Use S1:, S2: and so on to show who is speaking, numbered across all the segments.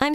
S1: I'm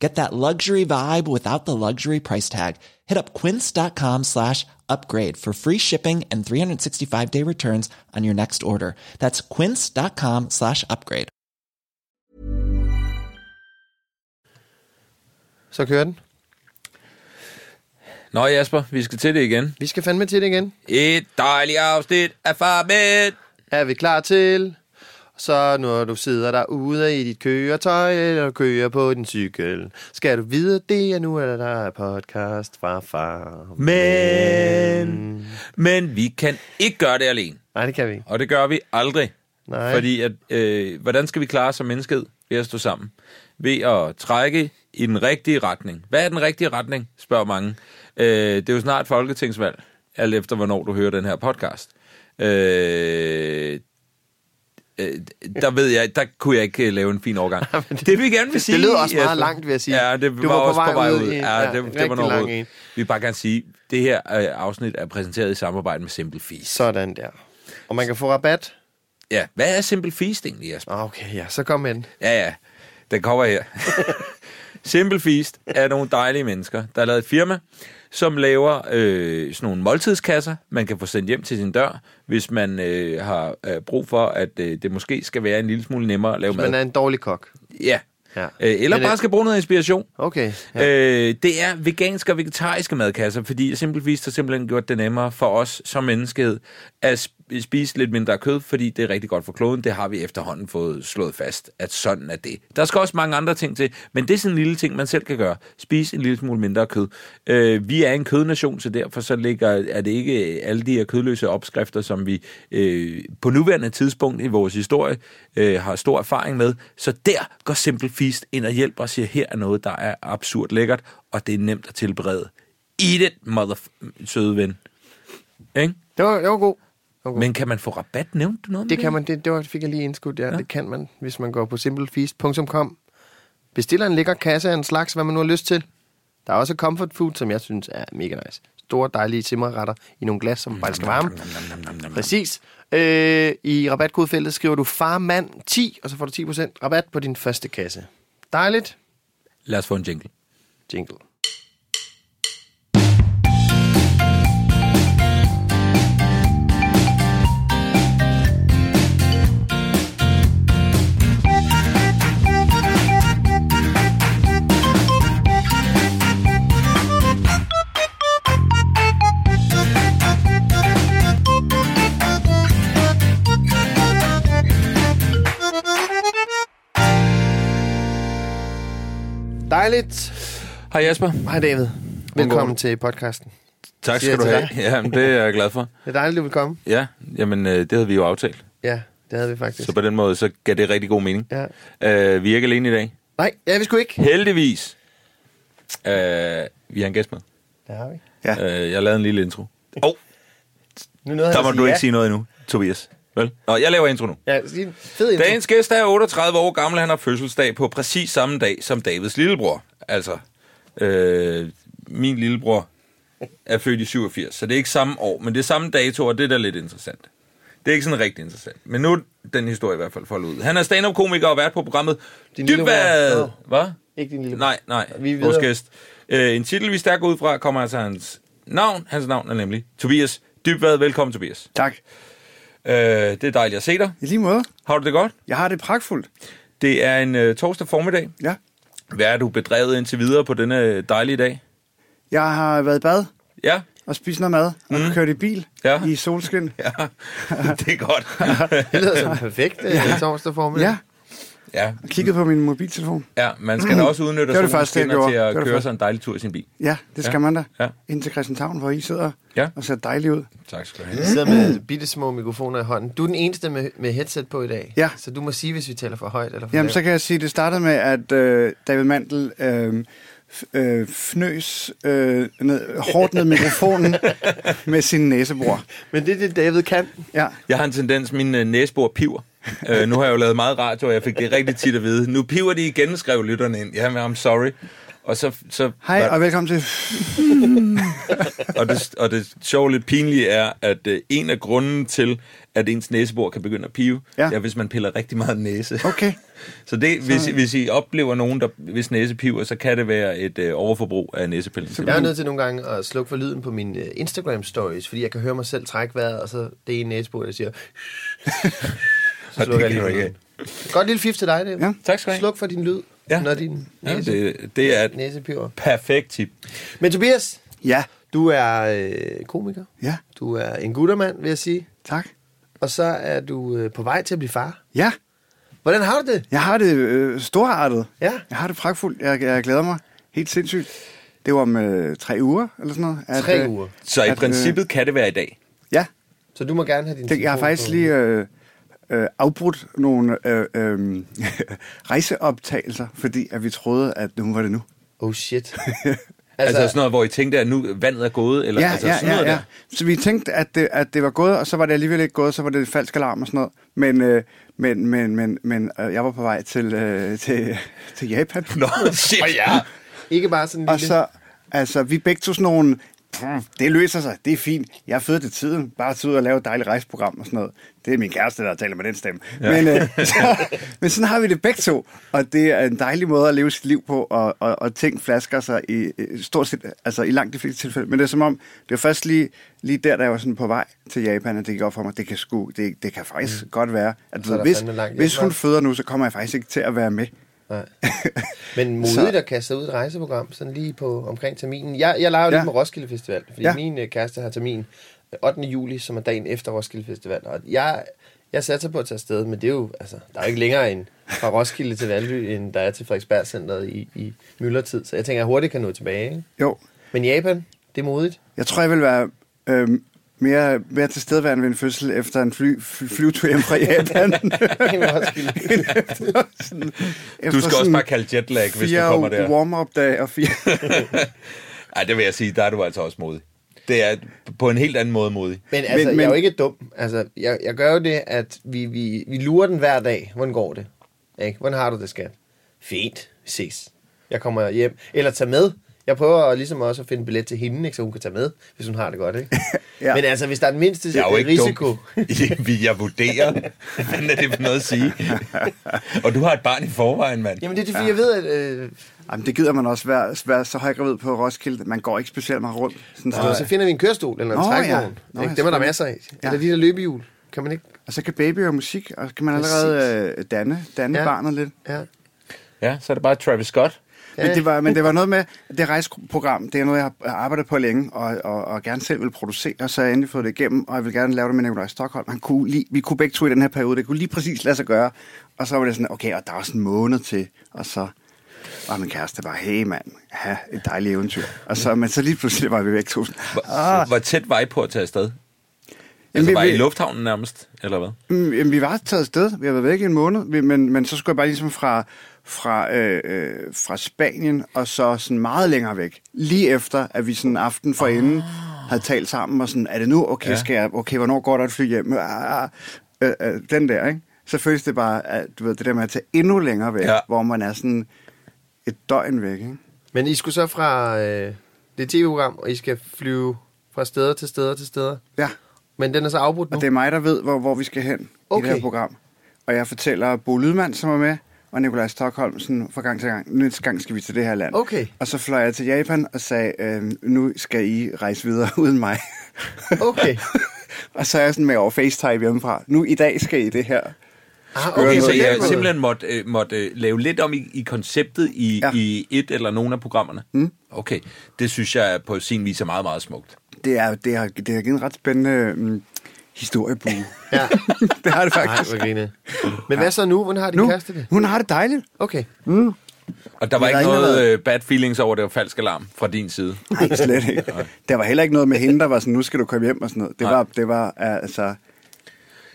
S2: Get that luxury vibe without the luxury price tag. Hit up quince.com slash upgrade for free shipping and 365 day returns on your next order. That's quince.com slash upgrade.
S3: Så kører den.
S4: Nå Jasper, vi skal til det igen.
S3: Vi skal fandme til det igen.
S4: Et dejligt afsnit af farmen.
S3: Er vi klar til? Så når du sidder derude i dit køretøj, eller kører på din cykel, skal du vide, det er nu, at der er podcast fra far.
S4: Men, men vi kan ikke gøre det alene.
S3: Nej, det kan vi ikke.
S4: Og det gør vi aldrig.
S3: Nej.
S4: Fordi, at, øh, hvordan skal vi klare os som mennesket ved at stå sammen? Ved at trække i den rigtige retning. Hvad er den rigtige retning, spørger mange. Øh, det er jo snart folketingsvalg, alt efter hvornår du hører den her podcast. Øh, øh, der ved jeg, der kunne jeg ikke øh, lave en fin overgang. det, det vi gerne vil sige...
S3: lyder også meget
S4: Jesper.
S3: langt, vil jeg sige.
S4: Ja,
S3: Du
S4: det var,
S3: var på
S4: også
S3: vej
S4: på vej ud.
S3: ud i-
S4: ja,
S3: ja,
S4: det,
S3: en
S4: det var
S3: rigtig
S4: noget
S3: lang
S4: rod.
S3: en.
S4: Vi vil bare gerne sige, det her øh, afsnit er præsenteret i samarbejde med Simple Feast.
S3: Sådan der. Og man kan få rabat.
S4: Ja, hvad er Simple Feast egentlig, Jesper?
S3: Ah, Okay, ja, så kom ind.
S4: Ja, ja. Den kommer her. Simple Feast er nogle dejlige mennesker, der har lavet et firma, som laver øh, sådan nogle måltidskasser, man kan få sendt hjem til sin dør, hvis man øh, har øh, brug for, at øh, det måske skal være en lille smule nemmere at lave mad.
S3: Man er en dårlig kok.
S4: Ja.
S3: Ja.
S4: Øh, eller
S3: Men, øh,
S4: bare skal bruge noget inspiration.
S3: Okay. Ja.
S4: Øh, det er veganske og vegetariske madkasser, fordi simpelvis har simpelthen gjort det nemmere for os som menneskehed at sp- spise lidt mindre kød, fordi det er rigtig godt for kloden. Det har vi efterhånden fået slået fast, at sådan er det. Der skal også mange andre ting til, men det er sådan en lille ting, man selv kan gøre. Spise en lille smule mindre kød. Øh, vi er en kødnation, så derfor så ligger, er det ikke alle de her kødløse opskrifter, som vi øh, på nuværende tidspunkt i vores historie øh, har stor erfaring med. Så der går Simple Feast ind og hjælper og siger, her er noget, der er absurd lækkert, og det er nemt at tilberede. Eat it, mother søde ven. Ikke?
S3: Det var, det var god. Det var god.
S4: Men kan man få rabat? Nævnte du noget om
S3: Det kan man, det, det var, fik jeg lige indskudt, ja. ja. Det kan man, hvis man går på simplefeast.com. Bestiller en lækker kasse af en slags, hvad man nu har lyst til. Der er også comfort food, som jeg synes er mega nice. Store, dejlige simmerretter i nogle glas, som bare skal varme.
S4: mm,
S3: Præcis. Øh, I rabatkodefeltet skriver du farmand10, og så får du 10% rabat på din første kasse. Dejligt.
S4: Lad os få en jingle.
S3: Jingle. Dejligt.
S4: Hej Jasper.
S3: Hej David.
S4: går
S3: Velkommen
S4: det?
S3: til podcasten.
S4: Tak
S3: Siger
S4: skal du
S3: jeg
S4: have.
S3: til
S4: Ja, men det er jeg glad for.
S3: Det er dejligt, du vil komme.
S4: Ja, jamen øh, det havde vi jo aftalt.
S3: Ja, det havde vi faktisk.
S4: Så på den måde, så gav det rigtig god mening.
S3: Ja.
S4: Øh, vi er ikke alene i dag.
S3: Nej, ja, vi skulle ikke.
S4: Heldigvis. Øh, vi har en gæst med.
S3: Det har vi.
S5: Ja.
S4: Øh, jeg lavede en lille intro. Oh,
S3: Nu nåede han at
S4: der må
S3: sige
S4: du ikke
S3: ja.
S4: sige noget endnu, Tobias. Vel? Nå, jeg laver intro nu.
S3: Ja, sig en fed intro.
S4: Dagens gæst er 38 år gammel. Han har fødselsdag på præcis samme dag som Davids lillebror. Altså, øh, min lillebror er født i 87, så det er ikke samme år, men det er samme dato, og det er da lidt interessant. Det er ikke sådan rigtig interessant. Men nu er den historie i hvert fald foldet ud. Han er stand-up-komiker og vært på programmet
S3: Din
S4: Dybvad.
S3: lillebror.
S4: Hvad?
S3: Ikke din lille
S4: Nej, nej.
S3: Vi
S4: Vi
S3: er
S4: Vores
S3: videre.
S4: gæst. Øh, en titel, vi stærkt går ud fra, kommer altså af hans navn. Hans navn er nemlig Tobias Dybvad. Velkommen, Tobias.
S5: Tak.
S4: Øh, det er dejligt at se dig.
S5: I lige måde.
S4: Har du det godt?
S5: Jeg har det pragtfuldt.
S4: Det er en øh, torsdag formiddag.
S5: Ja.
S4: Hvad er du bedrevet indtil videre på denne øh, dejlige dag?
S5: Jeg har været i bad.
S4: Ja,
S5: og spise noget mad, og mm. kørte i bil
S4: Ja.
S5: ja. i solskin.
S4: Ja, det er godt.
S3: Det lyder som en perfekt ja. torsdag formiddag.
S5: Ja,
S3: Ja.
S4: Ja,
S5: og kiggede på min mobiltelefon.
S4: ja man skal da også udnytte
S5: Det var det
S4: solens
S5: første, jeg
S4: skinner
S5: gjorde.
S4: til at
S5: Det var det
S4: køre
S5: første.
S4: sig en dejlig tur i sin bil.
S5: Ja, det skal
S4: Ja.
S5: ja. man da.
S4: Ja.
S5: Ja. Ind til Christianshavn, hvor I sidder
S4: Ja.
S5: og ser dejligt ud.
S4: Tak skal du
S3: Vi
S4: have.
S3: sidder med bitte små mikrofoner i hånden. Du er den eneste med, med headset på i dag.
S5: Ja.
S3: Så du må sige, hvis vi taler for højt eller for
S5: Jamen,
S3: lavt.
S5: så kan jeg sige, at det startede med, at øh, David Mandel øh, f- øh, fnøs øh, ned, hårdt ned i mikrofonen med sin næsebor.
S3: Men det er det, David kan.
S5: Ja.
S4: Jeg har en tendens, min øh, næsebor piver. Øh, nu har jeg jo lavet meget radio, og jeg fik det rigtig tit at vide. Nu piver de igen, skrev lytterne ind. Ja, men I'm sorry. Og, så, så,
S5: Hej, og velkommen til...
S4: og, det, og det sjove lidt pinlige er, at øh, en af grunden til, at ens næsebor kan begynde at pive, ja.
S5: Ja.
S4: er, hvis man piller rigtig meget næse.
S5: Okay.
S4: Så det, hvis, hvis I oplever nogen, der hvis næse piver, så kan det være et øh, overforbrug af næsepillen.
S3: Jeg er nødt til nogle gange at slukke for lyden på mine øh, Instagram-stories, fordi jeg kan høre mig selv trække vejret, og så det ene næsebord, der siger... så
S4: Og det
S3: slukker jeg
S4: kan
S3: lige
S4: du ikke
S3: lyden. Godt lille fif til dig, det.
S5: Ja.
S4: Tak skal du have.
S3: Sluk for din lyd,
S4: Ja.
S3: ja. når din
S4: Ja,
S3: næse, ja,
S4: det, det er et
S3: næsepiver.
S4: perfekt tip.
S3: Men Tobias,
S5: Ja,
S3: du er øh, komiker.
S5: ja,
S3: Du er en guttermand, vil jeg sige.
S5: tak.
S3: Og så er du øh, på vej til at blive far.
S5: Ja,
S3: Hvordan har du det?
S5: jeg har det øh, storartet.
S3: Ja.
S5: Jeg har det pragtfuldt. Jeg, jeg glæder mig helt sindssygt. Det var om øh, tre uger, eller sådan noget. At,
S3: Tre
S5: øh,
S3: uger.
S4: Så i
S5: at, øh,
S4: princippet kan det være i dag.
S5: Ja,
S3: Så du må gerne have din
S5: det, jeg har
S3: telefon
S5: faktisk
S3: på.
S5: lige øh, øh, afbrudt nogle øh, øh, rejseoptagelser, fordi at vi troede, at nu var det nu.
S3: Oh shit.
S4: Altså, altså sådan noget, hvor I tænkte, at nu vandet er gået, eller
S5: Ja,
S4: altså,
S5: ja,
S4: sådan
S5: ja,
S4: noget
S5: ja.
S4: der.
S5: Så vi tænkte, at det, at det var gået, og så var det alligevel ikke gået, så var det falsk alarm og sådan noget. Men, øh, men, men, men, men øh, jeg var på vej til, øh, til, til Japan.
S4: Nå, shit. ja.
S3: Ikke bare sådan en
S5: Og
S3: lille...
S5: så, altså, vi begge tog sådan nogle, "Pff, det løser sig, det er fint, jeg er født til tiden, bare tage ud og lave et dejligt rejseprogram og sådan noget. Det er min kæreste, der taler med den stemme. Ja. Men, øh, så, men sådan har vi det begge to, og det er en dejlig måde at leve sit liv på, og, og, og ting flasker sig i, øh, stort set, altså i langt de fleste tilfælde. Men det er som om, det var først lige, lige der, da jeg var sådan på vej til Japan, at det gik op for mig, det kan, sgu, det, det kan faktisk mm. godt være, at
S3: er
S5: du,
S3: der
S5: hvis,
S3: fandme langt
S5: hvis
S3: hjemmefra.
S5: hun føder nu, så kommer jeg faktisk ikke til at være med.
S3: Nej. Men modigt at kaste sig ud i et rejseprogram, sådan lige på omkring terminen. Jeg, jeg leger jo ja.
S5: Ja.
S3: lidt med Roskilde Festival, fordi ja.
S5: Ja.
S3: min øh, kæreste har termin øh, 8. juli, som er dagen efter Roskilde Festival. Og jeg, jeg satser på at tage afsted, men det er jo, altså, der er jo ikke længere end fra Roskilde til Valby, end der er til Frederiksberg Centeret i, i myldretid. Så jeg tænker, at jeg hurtigt kan nå tilbage. Ikke?
S5: Jo,
S3: Men Japan, det er modigt.
S5: Jeg tror, jeg vil være øhm, mere, mere tilstedeværende ved en fødsel efter en fly, fly, flyvetur hjem fra Japan.
S3: End Roskilde.
S5: End efter sådan-
S4: Du
S5: efter
S4: skal også
S5: sådan
S4: bare kalde jetlag, hvis du
S5: fire
S4: kommer der.
S5: warm-up-dage og fire...
S4: Ej, det vil jeg sige, der er du altså også modig. Det er på en helt anden måde modig.
S3: Men altså, men, men...
S5: Men-
S3: jeg er jo
S5: men-
S3: ikke dum. Altså, jeg, jeg gør jo det, at vi, vi, vi lurer den hver dag. Hvordan går det? Ikke? Hvordan har du det, skat? Fint. Vi ses. Jeg kommer hjem. Eller tag med. Jeg prøver ligesom også at finde en billet til hende, ikke? så hun kan tage med, hvis hun har det godt. Ikke? ja.
S5: Ja.
S3: Men altså, hvis der er den mindste
S4: Jeg er jo ikke
S3: risiko...
S4: dum. Vi- jeg vurderer. Hvad er det for noget at sige? Og du har et barn i forvejen, mand.
S3: Jamen, det er det, fordi ja. jeg ved, at... Øh,
S5: Jamen, det gider man også være, være så høj gravid på Roskilde. Man går ikke specielt meget rundt. Sådan,
S3: så, så finder vi en kørestol eller en
S5: Nå, ja.
S3: trækvogn.
S5: Nå,
S3: ikke? Dem er
S5: ja,
S3: der
S5: selvfølgelig.
S3: masser af. Ja.
S5: Ja.
S3: Eller de der løbehjul. Kan man ikke...
S5: Og så kan baby høre musik, og så kan man
S3: Præcis.
S5: allerede øh, danne, danne
S3: Ja.
S5: ja. barnet lidt.
S3: Ja.
S4: Ja, så er det bare Travis Scott.
S5: Men det, var, men det var noget med, det rejseprogram, det er noget, jeg har arbejdet på længe, og, og, og gerne selv vil producere, og så har jeg endelig fået det igennem, og jeg vil gerne lave det med Nikolaj Stockholm. Han kunne lige, vi kunne begge to i den her periode, det kunne lige præcis lade sig gøre. Og så var det sådan, okay, og der er også en måned til, og så var min kæreste bare, hey mand, ha, et dejligt eventyr. Og så, men så lige pludselig var vi væk to. sådan,
S4: Hvor,
S5: Ah,
S4: hvor tæt var I på at tage afsted? Altså,
S5: Jamen,
S4: var I
S5: vi-
S4: i lufthavnen nærmest, eller hvad?
S5: Mm, Jamen, vi var taget afsted. Vi har været væk i en måned. Vi, men, men så skulle jeg bare ligesom fra, fra, øh, øh, fra Spanien, og så sådan meget længere væk. Lige efter, at vi sådan aften for inden havde talt sammen, og sådan, er det nu? Okay,
S4: Ja.
S5: ja. skal jeg, okay hvornår går der et fly hjem? Ah, ah, øh, øh, den der, ikke? Så føles det bare, at du ved, det der med at tage endnu længere væk,
S4: Ja.
S5: ja. hvor man er sådan et døgn væk, ikke?
S3: Men I skulle så fra... Øh, det er et tv-program, og I skal flyve fra steder til steder til steder.
S5: Ja,
S3: Men den er så afbrudt nu.
S5: og det er mig, der ved, hvor, hvor vi skal hen okay. i
S3: Okay.
S5: det her program. Og jeg fortæller Bo Lydmann, som er med, og Nikolaj Stockholmsen fra gang til gang. Næste gang skal vi til det her land.
S3: Okay.
S5: Og så fløj jeg til Japan og sagde, øh, nu skal I rejse videre uden mig.
S3: Okay.
S5: og så er jeg sådan med over FaceTime hjemmefra. Nu i dag skal I det her.
S3: Ah,
S5: skøre
S3: Okay,
S4: Okay, så
S3: på den
S4: jeg
S3: måde.
S4: simpelthen måtte, øh, måtte øh, lave lidt om i, i konceptet i,
S5: Ja.
S4: ja. i et eller nogle af programmerne? Mm. Okay, det synes jeg på sin vis er meget, meget smukt.
S5: Det, er, det, har, det har givet en ret spændende um, historiebue.
S3: Ja.
S5: det har det
S3: Nej,
S5: faktisk.
S3: hvor griner. Men hvad så nu? Hvordan har din
S5: nu,
S3: kæreste det?
S5: hun har det dejligt.
S3: Okay.
S4: Og der var
S5: Men
S4: ikke
S5: der er ikke
S4: noget
S5: noget-
S4: øh, bad feelings over, at det var falsk alarm fra din side?
S5: Nej, slet ikke. Der var heller ikke noget med hende, der var sådan, nu skal du komme hjem og sådan noget. Det
S4: Nej.
S5: var, det var altså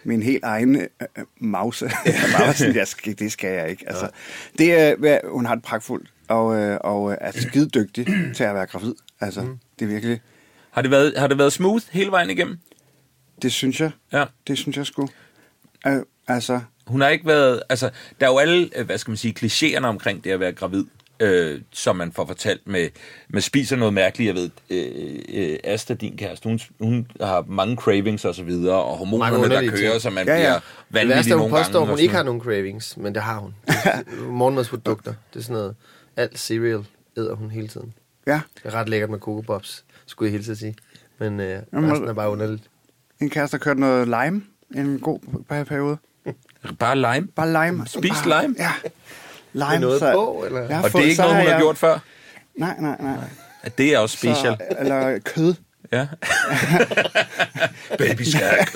S5: min helt egen øh, øh, mause. Jeg bare var sådan, jeg skal, det skal jeg ikke. Altså, det, øh, hvad- hun har det pragtfuldt, og, øh, og øh, er skide dygtig til at være gravid. Altså,
S4: Mm.
S5: det er virkelig,
S4: Har det været, har det været smooth hele vejen igennem?
S5: det synes jeg.
S4: Ja.
S5: Det synes jeg sgu. Øh, altså,
S4: Hun har ikke været... Altså, der er jo alle, øh, hvad skal man sige, klichéerne omkring det at være gravid, øh, som man får fortalt med, med spiser noget mærkeligt. Jeg ved, øh, øh, Asta, din kæreste, hun, hun har mange cravings og så videre, og hormonerne, der
S3: underlige
S4: kører,
S3: ting.
S4: så man
S5: Ja,
S4: ja,
S5: ja.
S4: ja. bliver
S3: Det
S4: vanvittig
S3: værste, er,
S4: nogle
S3: hun påstår,
S4: gange.
S3: hun
S4: og
S3: ikke har
S4: sådan
S3: nogen cravings, men det har hun. Morgenmadsprodukter, det er sådan noget. Alt cereal æder hun hele tiden.
S5: ja,
S3: Det er ret lækkert med Coco Pops, skulle jeg hilse at sige. Men øh,
S5: Jamen,
S3: resten er bare underligt.
S5: en kæreste har kørt noget lime en god p- periode.
S4: noget. Bare lime.
S5: Bare lime.
S4: Spis
S5: Bare-
S4: lime?
S5: Ja. Lime.
S3: Med noget
S5: så-
S3: på, eller?
S5: Jeg
S4: Og
S5: har
S4: det
S5: fået-
S4: er ikke
S5: så
S4: noget, hun har
S5: jeg-
S4: gjort før.
S5: Nej, nej, nej.
S4: At det er også special.
S5: Så, eller kød.
S4: Ja. Baby shark.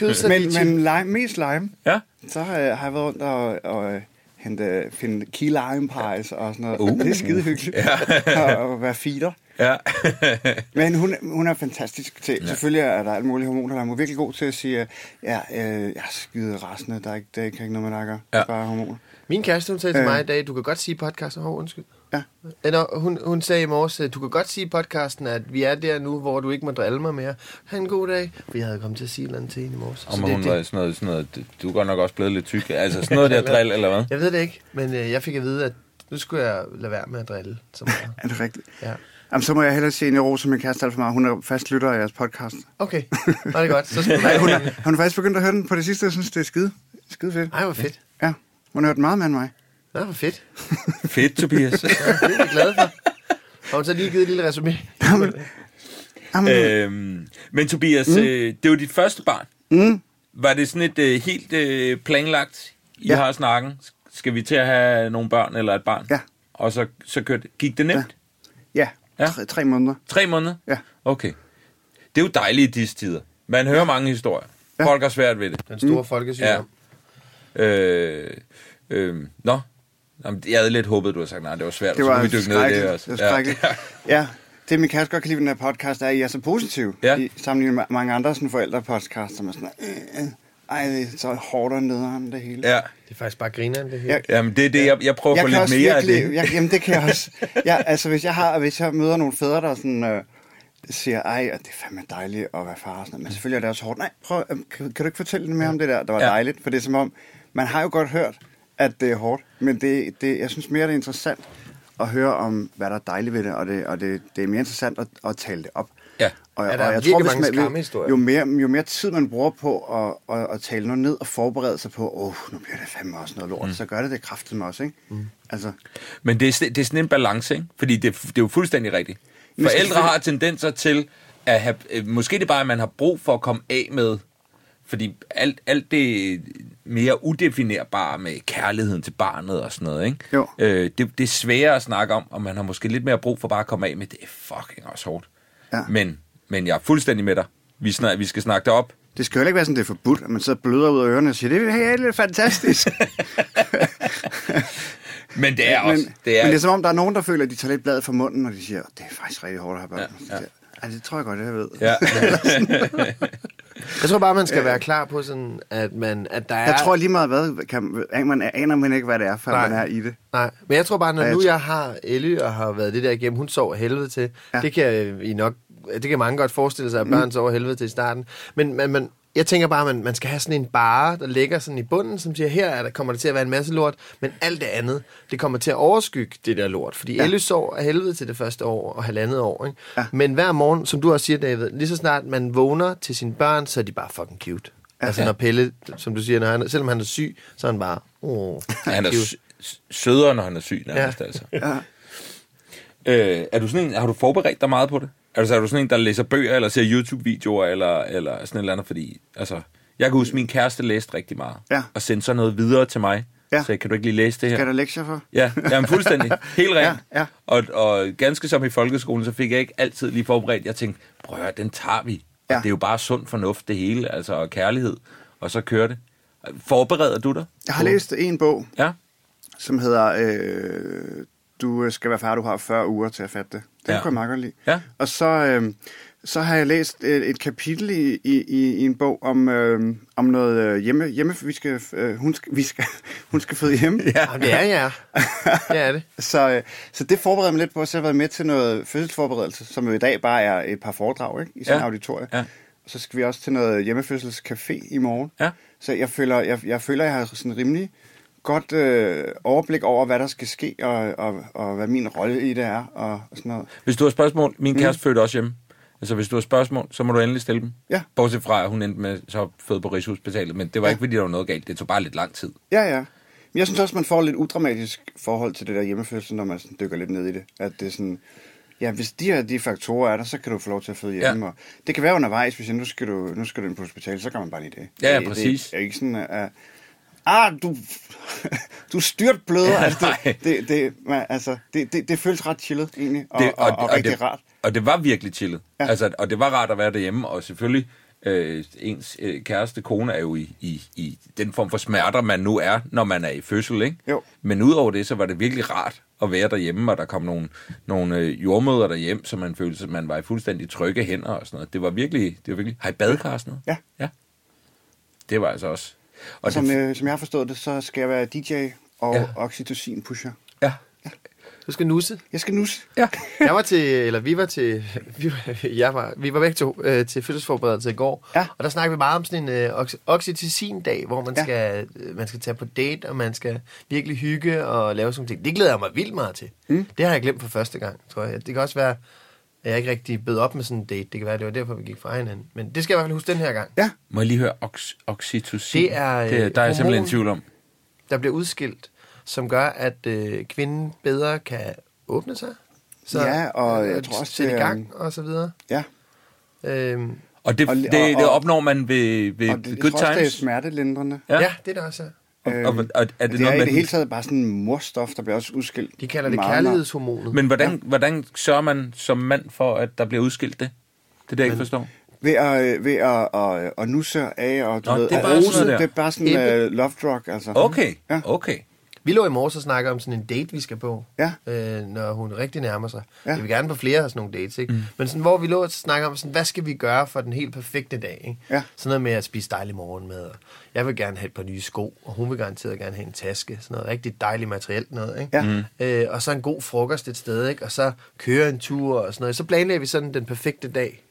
S4: øh.
S5: men men lime, mest lime.
S4: ja.
S5: Så har jeg, har jeg været rundt og, og øh, hente, finde key lime pies og sådan noget.
S4: Uh.
S5: Det er skide hyggeligt. Ja. og, og være feeder.
S4: Ja.
S5: Men hun, hun er fantastisk til. Ja. Selvfølgelig er der alle mulige hormoner, der er hun er virkelig god til at sige, øh, ja, øh, jeg er skide rasende, der er ikke, der er ikke ikke noget med dig at gøre. Ja.
S4: Ja.
S5: Det er bare hormoner.
S3: Min kæreste, hun sagde til
S5: Øh.
S3: mig i dag, du kan godt sige podcasten. Hov, undskyld.
S5: Ja.
S3: Eller, hun, hun sagde i morges, øh, du kan godt sige i podcasten, at vi er der nu, hvor du ikke må drille mig mere. Ha' en god dag. For jeg havde kommet til at sige et eller andet til hende i morges.
S4: Om
S3: Så det-
S4: hun
S3: det-
S4: var sådan noget, sådan noget, du er godt nok også blevet lidt tyk. Altså sådan noget der drill, eller hvad?
S3: Jeg ved det ikke, men øh, jeg fik at vide, at nu skulle jeg lade være med at drille så meget.
S5: Er det rigtigt?
S3: Ja.
S5: Jamen, så må jeg hellere se en i ro, som min kæreste alt for meget. Hun er fast lytter af jeres podcast.
S3: Okay, var det godt. Så skulle
S5: Nej,
S3: jeg...
S5: hun, er, hun er faktisk begyndt at høre den på det sidste, og jeg synes, det er skide, skide fedt.
S3: Ej, hvor fedt.
S5: Ja, hun har hørt meget mere end mig.
S3: Nå, hvor fedt.
S4: Fedt, Tobias.
S3: Det er jeg glad for. Har hun så lige givet et lille resume?
S5: Jamen, øh,
S4: øhm, men Tobias, mm. øh, det var dit første barn.
S5: Mm.
S4: Var det sådan et øh, helt øh, planlagt, I
S5: Ja.
S4: ja. har snakken? Skal vi til at have nogle børn eller et barn?
S5: Ja.
S4: Og så, så kørte, gik det nemt? Ja.
S5: ja,
S4: Ja.
S5: Tre, tre måneder.
S4: Tre måneder?
S5: Ja.
S4: Okay. Det er jo dejligt i disse tider. Man hører mange historier. Ja. Folk har svært ved det.
S3: Den store mm. folkesygdom.
S4: Øh, øh, nå. Jamen, jeg havde lidt håbet, du havde sagt, nej, det var svært. og
S5: Det
S4: så
S5: var
S4: kunne vi dykke ned i det altså. også.
S5: skrækkeligt. Det var skrækkeligt. Ja. ja. Det, min kæreste godt kan lide ved den her podcast, er, at I er så positive.
S4: Ja.
S5: I sammenligning med mange andre sådan forældrepodcasts, som er sådan, øh, øh, ej, det er så hårdt og nederen det hele.
S4: Ja.
S3: Det er faktisk bare grineren, det her.
S5: Ja.
S3: Ja.
S4: Jamen, det er det, jeg, jeg prøver at få lidt mere af det.
S5: Jeg, jamen, det kan jeg også. Jeg, altså, hvis jeg, har, hvis jeg møder nogle fædre, der sådan, øh, siger, ej, og det er fandme dejligt at være far. og Sådan, noget. men selvfølgelig er det også hårdt. Nej, prøv, øh, kan, kan du ikke fortælle lidt mere om det der, der var
S4: Mm. Ja.
S5: ja. dejligt? For det er som om, man har jo godt hørt, at det er hårdt. Men det, det, jeg synes mere, det er interessant at høre om, hvad der er dejligt ved det. Og det, og det, det er mere interessant at, at tale det op.
S4: Ja.
S5: Og,
S3: Ja, der er
S5: og jeg
S3: virkelig
S5: tror, hvis
S3: mange
S5: man,
S3: skammehistorier.
S5: jo, mere, jo mere tid man bruger på at, at, at tale noget ned og forberede sig på, åh, oh, nu bliver det fandme også noget lort, mm. så gør det det kraftigt med os, ikke? Mm. Altså,
S4: Men det er, sl- det er sådan en balance, ikke? Fordi det, det er jo fuldstændig rigtigt.
S5: Men skal
S4: Forældre
S5: vi-
S4: har tendenser til at have... Øh, måske det er bare, at man har brug for at komme af med... Fordi alt, alt det mere udefinerbare med kærligheden til barnet og sådan noget, ikke?
S5: Jo.
S4: Øh, det, det er sværere at snakke om, og man har måske lidt mere brug for bare at komme af med, det er fucking også hårdt.
S5: Ja.
S4: Men, men jeg er fuldstændig med dig. Vi, snak, vi skal snakke det op.
S5: det skal jo heller ikke være sådan, det er forbudt, at man sidder og bløder ud af ørerne og siger, det er helt fantastisk.
S4: Men det er
S5: men,
S4: også... det er,
S5: men det er som om, der er nogen, der føler, at de tager lidt bladet fra munden, og de siger, det er faktisk rigtig hårdt at have børn.
S4: Ja,
S5: Ja,
S4: ja.
S5: ja. Ej, det tror jeg godt, jeg ved.
S4: ja.
S3: Jeg tror bare, man skal være klar på sådan, at, man, at der er...
S5: Jeg tror lige meget, hvad kan, man aner man ikke, hvad det er, før
S3: Nej.
S5: man er i det.
S3: Nej, men jeg tror bare,
S5: Og
S3: når
S5: jeg
S3: nu
S5: tr-
S3: jeg har Elly og har været det der igennem, hun sover helvede til.
S5: Ja. Mm.
S3: Ja. Det kan øh, I nok, det kan mange godt forestille sig, at børn sover helvede til i starten. Men man, man, jeg tænker bare, at man, man skal have sådan en bare, der ligger sådan i bunden, som siger, her er der, kommer der til at være en masse lort, men alt det andet, det kommer til at overskygge det der lort. Fordi ja. Elly sover af helvede til det første år og halvandet år. Ikke?
S5: Ja.
S3: Ja. Men hver morgen, som du også siger, David, lige så snart man vågner til sine børn, så er de bare fucking cute.
S5: Ja.
S3: Altså når Pelle, som du siger, når han, selvom han er syg, så er han bare... Oh,
S4: Han er s- s- sødere, når han er syg, nærmest ja.
S3: Ja.
S4: altså. Øh, er du sådan en, har du forberedt dig meget på det? Altså, er du sådan en, der læser bøger, eller ser YouTube-videoer, eller, eller sådan et eller andet? Fordi, altså, Jeg kan huske, at min kæreste læste rigtig meget,
S5: Ja.
S4: og sendte så noget videre til mig.
S5: Ja.
S4: Så kan du ikke lige læse det her?
S5: Kan der lektier for?
S4: Ja, jamen fuldstændig. Helt rent.
S5: Ja, ja.
S4: Og, og ganske som i folkeskolen, så fik jeg ikke altid lige forberedt. Jeg tænkte, prøv at høre, den tager vi. Ja.
S5: Ja.
S4: Og det er jo bare sund fornuft, det hele, altså og kærlighed. Og så kører det. Forbereder du dig?
S5: Jeg har læst en bog,
S4: Ja.
S5: som hedder øh, Du skal være far, du har 40 uger til at fatte det. Den
S4: Ja.
S5: ja. kunne jeg meget godt lide.
S4: Ja.
S5: Og så, øh, så har jeg læst et, et kapitel i, i, i i en bog om, øh, om noget øh, hjemme, hjemme vi skal, øh, hun, skal, vi skal, hun skal føde hjemme.
S4: Ja.
S3: Jamen, det er ja. Det er det.
S5: Så, øh, så det forbereder mig lidt på, at jeg har været med til noget fødselsforberedelse, som jo i dag bare er et par foredrag ikke? i sådan
S4: Ja.
S5: ja. auditorie.
S4: Ja.
S5: Og så skal vi også til noget hjemmefødselscafé i morgen.
S4: Ja.
S5: Så jeg føler, jeg, jeg føler, jeg har sådan rimelig godt øh, overblik over, hvad der skal ske, og, og, og hvad min rolle i det er, og, og sådan noget.
S4: Hvis du har spørgsmål, min kæreste mm. fødte også hjemme. Altså, hvis du har spørgsmål, så må du endelig stille dem.
S5: Ja.
S4: Bortset fra, at hun endte med så født på Rigshospitalet, men det var ja. ikke, fordi der var noget galt. Det tog bare lidt lang tid.
S5: Ja, ja. Men jeg synes også, man får lidt udramatisk forhold til det der hjemmefødsel, når man sådan dykker lidt ned i det. At det er sådan, ja, hvis de her de faktorer er der, så kan du få lov til at føde hjemme. Ja. Og det kan være undervejs, hvis jeg, nu, skal du, nu skal du ind på hospitalet, så kan man bare lige det.
S4: Ja, ja,
S5: det,
S4: præcis.
S5: Det er jo ikke sådan, at... Ah, du, du er styrt bløder.
S4: Ja,
S5: altså,
S4: nej.
S5: det, det, det, man, altså, det, det, det føles ret chillet, egentlig, og,
S4: det,
S5: det, og, og, og, og rigtig
S4: det,
S5: rart.
S4: Og det var virkelig chillet. Ja.
S5: Ja.
S4: Altså, og det var rart at være derhjemme, og selvfølgelig øh, ens øh, kæreste kone er jo i, i, i den form for smerter, man nu er, når man er i fødsel, ikke?
S5: Jo.
S4: Men udover det, så var det virkelig rart at være derhjemme, og der kom nogle, nogle øh, jordmøder derhjem, så man følte, at man var i fuldstændig trygge hænder og sådan noget. Det var virkelig, det var virkelig, har I badekar og sådan noget?
S5: Ja.
S4: ja. Det var altså også. Og
S5: Som,
S4: det,
S5: øh, som jeg har forstået det, så skal jeg være DJ og
S4: Ja.
S5: ja. oxytocin-pusher.
S4: ja.
S3: Du skal nusse.
S5: Jeg skal nusse.
S4: Ja.
S3: Jeg var til, eller vi var til, vi var, jeg var, vi var begge to øh, til fødselsforberedelse i går,
S5: Ja.
S3: og der snakkede vi meget om sådan en øh, ox- oxytocin-dag, hvor man, ja.
S5: Ja.
S3: skal, øh, man skal tage på date, og man skal virkelig hygge og lave sådan nogle ting. Det glæder jeg mig vildt meget til. Mm. Det har jeg glemt for første gang, tror jeg. Det kan også være, at jeg ikke rigtig bød op med sådan en date. Det kan være, det var derfor, vi gik fra hinanden. Men det skal jeg i hvert fald huske den her gang.
S5: Ja,
S4: Må jeg lige høre ox- oxytocin?
S3: Det er, øh,
S4: det, der er jeg simpelthen i
S3: hormon-
S4: tvivl om.
S3: der bliver udskilt, som gør, at øh, kvinden bedre kan åbne sig.
S5: Ja, og
S3: øh,
S5: jeg tror også,
S3: sætte i
S5: det er-
S3: gang og så videre.
S5: ja.
S3: Øhm,
S4: Og det, og,
S5: Og-
S4: det,
S5: og-
S4: det
S5: og-
S4: opnår man ved, ved
S5: Og det, jeg
S4: good
S5: tror også, det er
S4: times.
S5: smertelindrende.
S4: Ja.
S3: ja. ja, det er der også. ja.
S4: Og, og, og, og er det
S5: det er
S4: noget
S5: i
S4: med
S5: det hele
S4: den,
S5: taget bare sådan morstof, der bliver også udskilt.
S3: De kalder det
S5: meget, meget.
S3: kærlighedshormonet.
S4: Men hvordan, ja. hvordan sørger man som mand for, at der bliver udskilt det? Det er det, jeg ikke forstår.
S5: Ved at, øh, ved at, at, at nusse af, og du
S4: Nå,
S5: ved,
S4: det er
S5: at
S4: bare sådan
S5: rose,
S4: noget der.
S5: det er bare sådan
S3: Æble.
S5: uh, love drug, altså.
S4: Okay,
S5: Ja.
S4: okay.
S3: Vi lå i morges og snakkede om sådan en date, vi skal på,
S5: Ja.
S3: øh, når hun rigtig nærmer sig.
S5: Ja.
S3: Jeg vil gerne på flere af sådan nogle dates, ikke? Mm. Men sådan, hvor vi lå og snakkede om, sådan, hvad skal vi gøre for den helt perfekte dag, ikke?
S5: Ja.
S3: Sådan noget med at spise dejlig morgenmad, og jeg vil gerne have et par nye sko, og hun vil garanteret gerne have en taske. Sådan noget rigtig dejligt materielt noget, ikke?
S5: Ja. Mm.
S3: Øh, og så en god frokost et sted, ikke? Og så køre en tur og sådan noget. Så planlagde vi sådan den perfekte dag.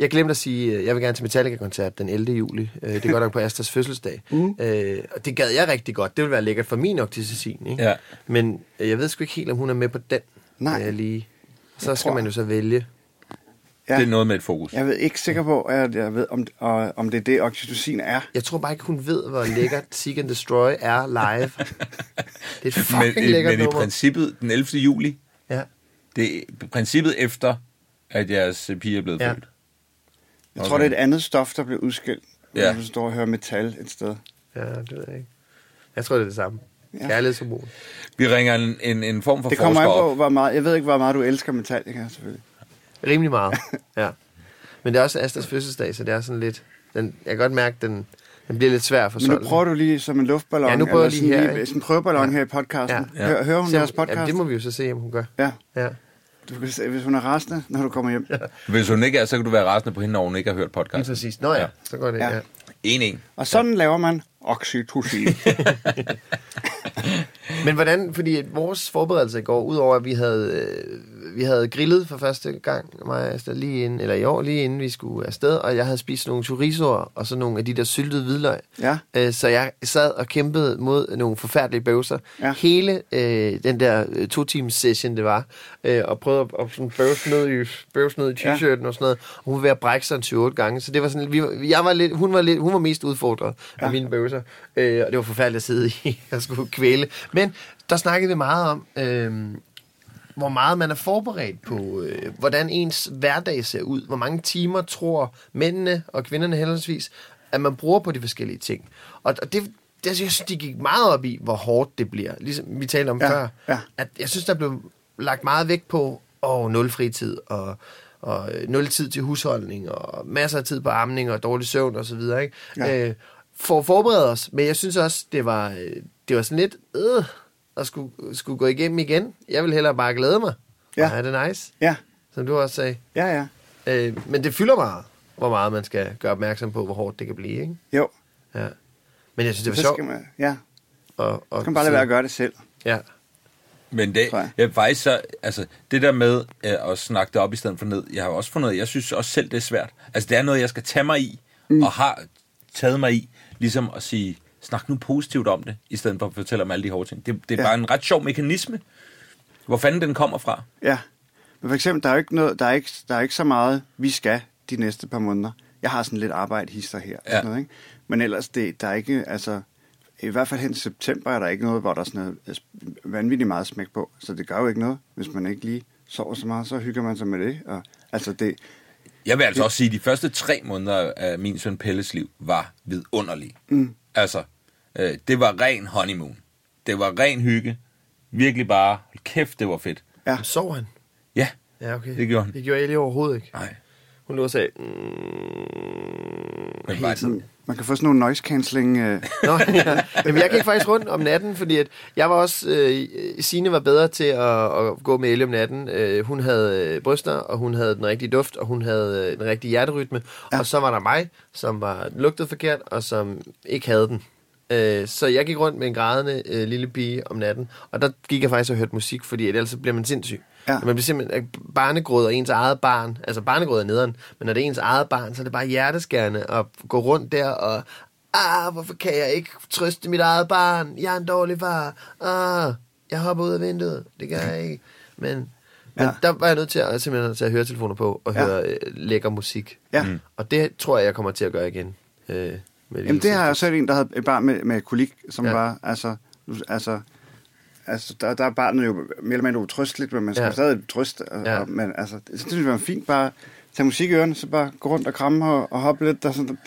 S3: Jeg glemte at sige, øh, jeg vil gerne til Metallica-koncert den 11. juli. Øh, Det er godt nok på Astas fødselsdag. Mm. Øh, og det gad jeg rigtig godt. Det ville være lækkert for min oxytocin, ikke?
S4: Ja.
S3: Men øh, jeg ved sgu ikke helt, om hun er med på den.
S5: Nej.
S3: Øh, lige. Så
S5: Jeg
S3: skal
S5: tror-
S3: man jo så vælge.
S4: Ja.
S5: Ja.
S4: Det er noget med et fokus. Ja.
S5: Jeg ved ikke sikker på, at jeg ved, om, og, om det er det, oxytocin er.
S3: Jeg tror bare ikke, hun ved, hvor lækkert Seek and Destroy er live. Det er et fucking
S4: Men,
S3: men, lækkert
S4: men i
S3: men nummer.
S4: princippet, den 11. juli,
S3: Ja.
S4: det er princippet efter, at jeres øh, pige er blevet
S3: Ja.
S4: ja. født.
S5: Jeg tror,
S4: Okay.
S5: det er et andet stof, der bliver udskilt.
S4: Ja.
S5: Ja. Når du står og hører metal et sted.
S3: ja, det ved jeg ikke. Jeg tror, det er det samme.
S5: Ja.
S3: Kærlighedshormon.
S4: Vi ringer en, en, en form for
S5: Det kommer an
S4: forsker op.
S5: på, hvor meget, jeg ved ikke, hvor meget du elsker Metallica, selvfølgelig.
S3: Rimelig meget, ja. Men det er også Astas fødselsdag, så det er sådan lidt... Den, jeg kan godt mærke, den, den bliver lidt svær for
S5: Men nu prøver du lige som en luftballon.
S3: Ja, nu prøver jeg lige
S5: sådan
S3: her, ikke?
S5: sådan en prøveballon ja. her i podcasten.
S3: Ja.
S5: Ja. Hør, hører hun jeres podcast?
S3: Jamen, det må vi jo så se, om hun gør.
S5: Ja.
S3: Ja.
S5: Du kan se, hvis hun er rasende, når du kommer hjem.
S4: Hvis hun ikke er, så kan du være rasende på hende, når hun ikke har hørt
S3: Lige
S4: podcasten.
S3: præcis. Nå ja,
S4: Ja.
S3: ja. så går det.
S5: Ja.
S3: Ja.
S4: En en.
S5: Og sådan laver man oxytocin.
S3: Men hvordan, fordi at vores forberedelse i går, udover at vi havde, øh, vi havde grillet for første gang, mig og Asta, lige inden, eller i år, lige inden vi skulle afsted, og jeg havde spist nogle chorizoer og så nogle af de der syltede hvidløg.
S5: Ja.
S3: Øh, så jeg sad og kæmpede mod nogle forfærdelige bøvser.
S5: Ja.
S3: Hele øh, den der øh, to times session, det var, øh, og prøvede at, at sådan bøvse ned i, bøvse ned i
S5: Ja.
S3: t-shirten ja. og sådan noget, og hun var ved at brække sig en 28 gange, så det var sådan, vi, var- jeg var lidt, hun, var lidt, hun var mest udfordret ja. af mine bøvser, øh, og det var forfærdeligt at sidde i, jeg skulle kvæle. Men der snakkede vi meget om, øh, hvor meget man er forberedt på, øh, hvordan ens hverdag ser ud, hvor mange timer tror mændene og kvinderne heldigvis at man bruger på de forskellige ting. Og, og det, det, altså, jeg synes, de gik meget op i, hvor hårdt det bliver. Ligesom vi talte om
S5: Ja,
S3: før.
S5: ja.
S3: At jeg synes, der blev lagt meget vægt på åh, nul fritid, og, og øh, nul tid til husholdning, og masser af tid på amning, og dårlig søvn, og så videre. Ikke?
S5: Ja.
S3: Øh, for at forberede os. Men jeg synes også, det var, øh, det var sådan lidt, øh, at skulle, skulle gå igennem igen. Jeg vil hellere bare glæde mig.
S5: Ja.
S3: Og have det nice.
S5: Ja,
S3: Som du også sagde.
S5: ja, ja.
S3: Øh, men det fylder meget, hvor meget man skal gøre opmærksom på, hvor hårdt det kan blive, ikke?
S5: Jo,
S3: Ja. Men jeg synes, det var
S5: så
S3: sjovt.
S5: skal man, ja.
S3: Og, og
S5: Så kan man bare lade være at gøre det selv.
S3: Ja.
S4: Men det,
S5: Tror jeg.
S4: jeg. faktisk så, altså, det der med øh, at snakke det op i stedet for ned, jeg har jo også fundet, ud af, jeg synes også selv, det er svært. Altså, det er noget, jeg skal tage mig i, mm. og har taget mig i, ligesom at sige, snak nu positivt om det, i stedet for at fortælle om alle de hårde ting. Det, det er
S5: Ja.
S4: ja. bare en ret sjov mekanisme. Hvor fanden den kommer fra?
S5: Ja. Men for eksempel, der er jo ikke, noget, der er ikke, der er ikke så meget, vi skal de næste par måneder. Jeg har sådan lidt arbejde hister her. Ja.
S4: Ja.
S5: Sådan noget, ikke? Men ellers, det, der er ikke, altså, i hvert fald hen til september er der ikke noget, hvor der er sådan noget øh, vanvittigt meget smæk på. Så det gør jo ikke noget, hvis man ikke lige sover så meget, så hygger man sig med det. Og, altså det,
S4: Jeg vil altså også sige, at de første tre måneder af min søn Pelles liv var vidunderlige. Mm. Altså, øh, det var ren honeymoon. Det var ren hygge. Virkelig bare, hold kæft, det var fedt.
S5: ja,
S3: Sov han?
S4: Ja,
S3: Ja, okay.
S4: det gjorde han.
S3: Det gjorde jeg lige overhovedet ikke.
S4: Nej.
S3: Hun lå og sagde... Mm.
S4: Men var det,
S5: man kan få sådan nogle noise cancelling. Øh,
S3: Nå, ja. Jamen, jeg gik faktisk rundt om natten, fordi at jeg var også... Øh, Signe var bedre til at, at gå med el om natten. Øh, hun havde øh, bryster, og hun havde den rigtige duft, og hun havde øh, den rigtige hjerterytme. Ja. Og så var der mig, som var lugtet forkert, og som ikke havde den. Øh, så jeg gik rundt med en grædende øh, lille pige om natten, og der gik jeg faktisk og hørte musik, fordi ellers så bliver man sindssyg.
S5: Ja.
S3: Ja. Man bliver simpelthen barnegråd og ens eget barn. Altså barnegråd er nederen, men når det er ens eget barn, så er det bare hjerteskærende at gå rundt der og... Ah, hvorfor kan jeg ikke trøste mit eget barn? Jeg er en dårlig far. Ah, jeg hopper ud af vinduet. Det gør jeg ikke. Men, men
S5: Ja.
S3: ja. der var jeg nødt til at, simpelthen at tage høretelefoner på og
S5: Ja.
S3: ja. høre øh, lækker musik.
S5: Ja. Mm.
S3: Og det tror jeg, jeg kommer til at gøre igen. Øh, med
S5: Jamen, det har jeg
S3: lillesøster.
S5: også hørt en, der havde et barn med, med kolik, som ja.
S3: Ja.
S5: var, altså, nu- altså, altså der, der er barnet jo mere eller mindre utrøsteligt, men man skal ja.
S3: Ja.
S5: stadig trøste, og, ja.
S3: Ja.
S5: og, men altså, det synes jeg, det var fint bare at tage musik i ørerne, så bare gå rundt og kramme og, og hoppe lidt, og sådan,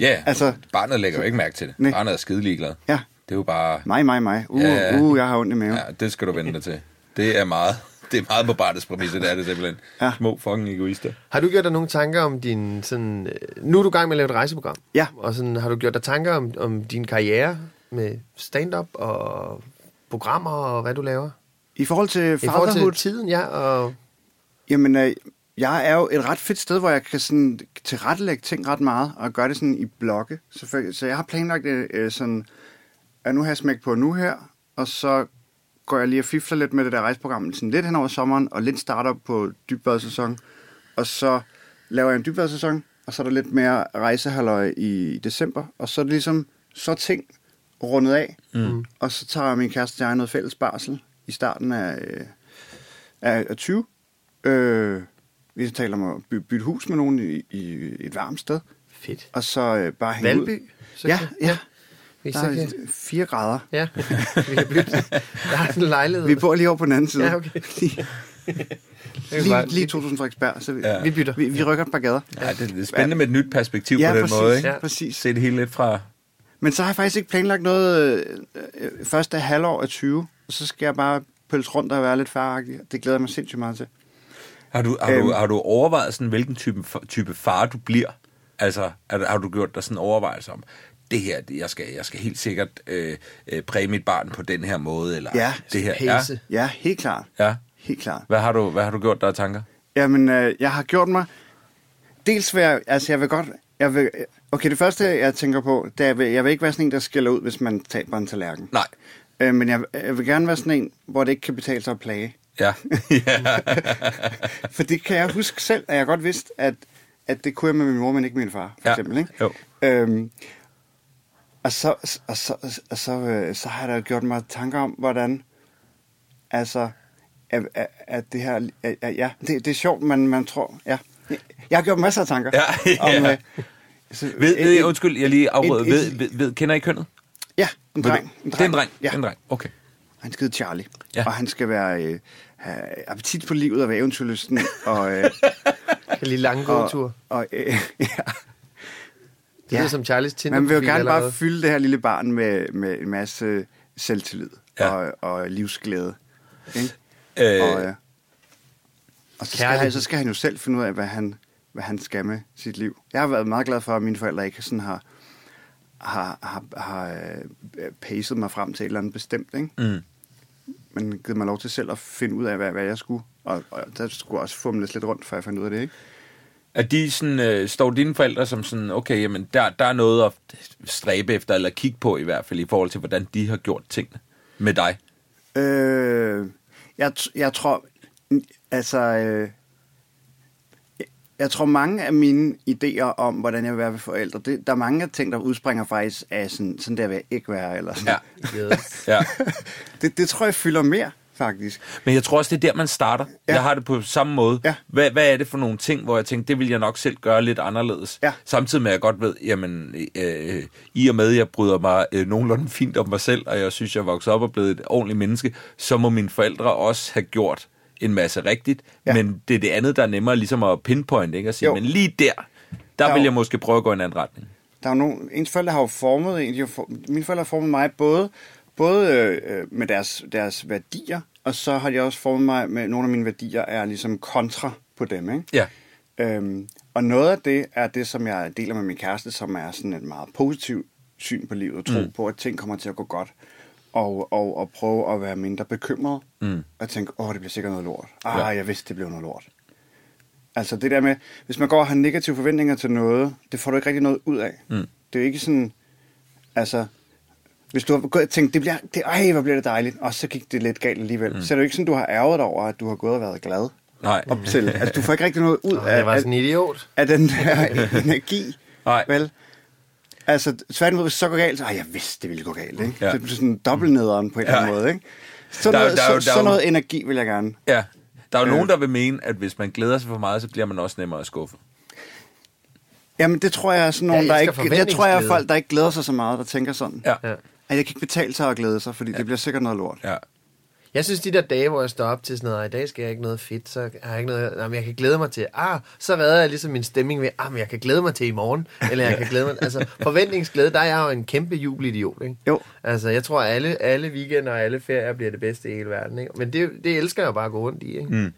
S4: ja,
S5: Altså-
S4: altså, barnet lægger jo ikke mærke til det.
S5: Nej.
S4: Nej. Barnet er skide ligeglad.
S5: Ja.
S4: Det er jo bare...
S5: mig, mig, mig, uh,
S4: Ja,
S5: ja.
S4: ja.
S5: uh, jeg har ondt i maven.
S4: Ja, det skal du vende dig til. Det er meget, det er meget på barnets præmisse, det er det simpelthen.
S5: Ja.
S4: Ja. Små fucking egoister.
S3: Har du gjort dig nogle tanker om din sådan... øh, Nu er du i gang med at lave et rejseprogram.
S5: Ja.
S3: Og sådan, har du gjort dig tanker om, om din karriere med stand-up og programmer og hvad du laver?
S5: I forhold til
S3: I forhold
S5: fatherhood,
S3: til tiden, ja, og...
S5: Jamen, øh, jeg er jo et ret fedt sted, hvor jeg kan sådan tilrettelægge ting ret meget, og gøre det sådan i blokke. selvfølgelig. Så jeg har planlagt øh, øh, sådan, at nu har jeg smæk på nu her, og så går jeg lige og fifler lidt med det der rejseprogram, sådan lidt hen over sommeren, og lidt starter på dybbadsæson, og så laver jeg en dybbadsæson, og så er der lidt mere rejsehalvøj i december, og så er det ligesom, så er ting rundet af, mm. og så tager min kæreste og jeg noget fælles barsel i starten af, øh, af, af 20. Øh, vi taler om at by, bytte hus med nogen i, i et varmt sted.
S3: Fedt.
S5: Og så øh, bare hænge
S3: Valby?
S5: ud.
S3: Så
S5: Ja,
S3: kan-
S5: ja.
S3: Vi
S5: Der
S3: så
S5: er
S3: kan...
S5: 4 grader.
S3: Ja, vi kan bytte. Der er sådan en lejlighed.
S5: Vi bor lige over på den anden side.
S3: Ja, okay.
S5: lige,
S3: Vi kan
S5: lige,
S3: bare-
S5: lige 2000 Frederiksberg, så vi,
S4: Ja.
S3: Vi bytter.
S5: Vi, vi rykker et par gader.
S4: Ja, det, det er spændende med et nyt perspektiv
S5: Ja,
S4: på den
S5: præcis,
S4: måde. Ikke?
S5: ja, præcis.
S4: Se det hele lidt fra...
S5: Men så har jeg faktisk ikke planlagt noget øh, øh, første halvår af 20, og så skal jeg bare pølse rundt og være lidt faragtig. Det glæder jeg mig sindssygt meget til.
S4: Har du, har,
S5: Øhm.
S4: du, har du overvejet, sådan, hvilken type, type far du bliver? Altså, er, du- har du gjort dig sådan en overvejelse om, det her, det- jeg skal, jeg skal helt sikkert øh, øh, præge mit barn på den her måde, eller
S5: Ja,
S4: det her.
S3: Hæse.
S5: Ja, helt klart.
S4: Ja.
S5: Helt klart.
S4: Hvad har du, hvad har du gjort der af tanker?
S5: Jamen, øh, jeg har gjort mig... Dels vil jeg... Altså, jeg vil godt... Jeg vil, okay, det første, jeg tænker på, det er, jeg vil, jeg vil ikke være sådan en, der skiller ud, hvis man taber en tallerken.
S4: Nej.
S5: Øh, men jeg, jeg vil gerne være sådan en, hvor det ikke kan betale sig at plage.
S4: Ja.
S5: For det kan jeg huske selv, at jeg godt vidste, at, at det kunne jeg med min mor, men ikke min far, for
S4: Ja,
S5: eksempel. Ikke?
S4: jo.
S5: Øhm, og så, og så, og så, øh, så har jeg da gjort mig tanker om, hvordan... Altså, at, at, at det her... At, at, ja, det, det er sjovt, man, man tror... Ja. Jeg har gjort masser af tanker.
S4: Ja,
S5: Om,
S4: ja.
S5: øh, så,
S4: ved, ved, øh, undskyld, jeg lige afrød.
S5: et-
S4: Ved, ved, ved, kender I kønnet?
S5: Ja, en
S4: Ved du-
S5: dreng.
S4: Det er en dreng.
S5: Ja.
S4: Ja. En dreng. Okay.
S5: Han skal hedde Charlie, ja.
S4: Ja.
S5: og han skal være, øh, have appetit på livet og være eventyrlysten, og, øh,
S3: En lille lang
S5: og,
S3: gåtur.
S5: og øh, ja.
S3: Det lyder som Charlies tinder
S5: Man vil jo gerne bare fylde det her lille barn med, med en masse selvtillid
S4: Ja.
S5: ja. og, og livsglæde. Ikke?
S4: Øh.
S5: Og, øh, og så, skal
S3: Kærlighed.
S5: han, så skal han jo selv finde ud af, hvad han, hvad han skal med sit liv. Jeg har været meget glad for, at mine forældre ikke sådan har, har, har, har øh, pacet mig frem til et eller andet bestemt. Ikke?
S4: Mm.
S5: Men givet mig lov til selv at finde ud af, hvad, hvad jeg skulle. Og, og der skulle også fumles lidt rundt, før jeg fandt ud af det. Ikke?
S4: At de sådan, øh, står dine forældre som sådan, okay, jamen, der, der er noget at stræbe efter, eller kigge på i hvert fald, i forhold til, hvordan de har gjort tingene med dig.
S5: Øh, jeg, t- jeg tror, altså, øh, jeg tror mange af mine idéer om, hvordan jeg vil være ved forældre, det, der er mange af ting, der udspringer faktisk af sådan, sådan der vil jeg ikke være, eller sådan.
S4: Ja. ja.
S5: Det, det tror jeg fylder mere, faktisk.
S4: Men jeg tror også, det er der, man starter. Ja.
S5: Ja.
S4: Jeg har det på samme måde.
S5: Ja.
S4: Hvad, hvad er det for nogle ting, hvor jeg tænker, det vil jeg nok selv gøre lidt anderledes?
S5: Ja.
S4: Samtidig med, at jeg godt ved, jamen, øh, i og med, at jeg bryder mig øh, nogenlunde fint om mig selv, og jeg synes, jeg er vokset op og blevet et ordentligt menneske, så må mine forældre også have gjort en masse rigtigt. Ja.
S5: Ja.
S4: Men det er det andet, der er nemmere ligesom at pinpoint, ikke? At sige,
S5: Jo.
S4: men lige der, der
S5: Jo.
S4: vil jeg måske prøve at gå i en anden retning.
S5: Der er jo nogen, ens forældre har jo formet en. De har for, mine forældre har formet mig både, både øh, øh, med deres, deres værdier, og så har de også formet mig med, nogle af mine værdier er ligesom kontra på dem, ikke?
S4: Ja.
S5: Øhm, og noget af det er det, som jeg deler med min kæreste, som er sådan et meget positivt syn på livet, tro mm. på, at ting kommer til at gå godt, og, og, og prøve at være mindre bekymret, mm. og tænke, åh, det bliver sikkert noget lort. Ah,
S4: Ja.
S5: ja. jeg vidste, det blev noget lort. Altså det der med, hvis man går og har negative forventninger til noget, det får du ikke rigtig noget ud af. Mm. Det er jo ikke sådan, altså, hvis du har gået og tænkt, det bliver, det, ej, hvor bliver det dejligt, og så gik det lidt galt alligevel, mm. så er det jo ikke sådan, du har ærget dig over, at du har gået og været glad.
S4: Nej.
S5: Op til. Altså, du får ikke rigtig noget ud
S3: Åh,
S5: af,
S3: jeg var
S5: af-
S3: sådan en idiot.
S5: af den der energi.
S4: Nej.
S5: Vel? Altså, tværtimod, hvis det så går galt, så, ej, jeg vidste, det ville gå galt, ikke?
S4: Ja.
S5: Ja. Så det bliver sådan dobbelt nederen på en eller anden
S4: Ja.
S5: måde, ikke? Så
S4: Der er-
S5: noget,
S4: der er jo- der
S5: så,
S4: er
S5: så
S4: jo-
S5: noget energi vil jeg gerne.
S4: Ja. Der er jo øh.
S5: Øh.
S4: nogen, der vil mene, at hvis man glæder sig for meget, så bliver man også nemmere skuffet.
S5: Jamen, det tror jeg er sådan nogen,
S3: Jeg
S5: der
S3: elsker
S5: ikke... Jeg tror, jeg er
S3: forventningsglæde.
S5: folk, der ikke glæder sig så meget, der tænker sådan.
S4: Ja.
S3: Ja.
S5: At jeg kan ikke betale sig at glæde sig, fordi ja. det bliver sikkert noget lort.
S4: Ja.
S3: Jeg synes, de der dage, hvor jeg står op til sådan noget, "Ej, i dag skal jeg ikke noget fedt, så har jeg ikke noget, jamen, jeg kan glæde mig til, ah, så redder jeg ligesom min stemning ved, ah, men jeg kan glæde mig til i morgen, eller jeg kan glæde mig, altså forventningsglæde, der er jeg jo en kæmpe jubelidiot, ikke?
S5: Jo.
S3: Altså, jeg tror, alle, alle weekender og alle ferier bliver det bedste i hele verden, ikke? Men det, det elsker jeg jo bare at gå rundt i, ikke? Mm.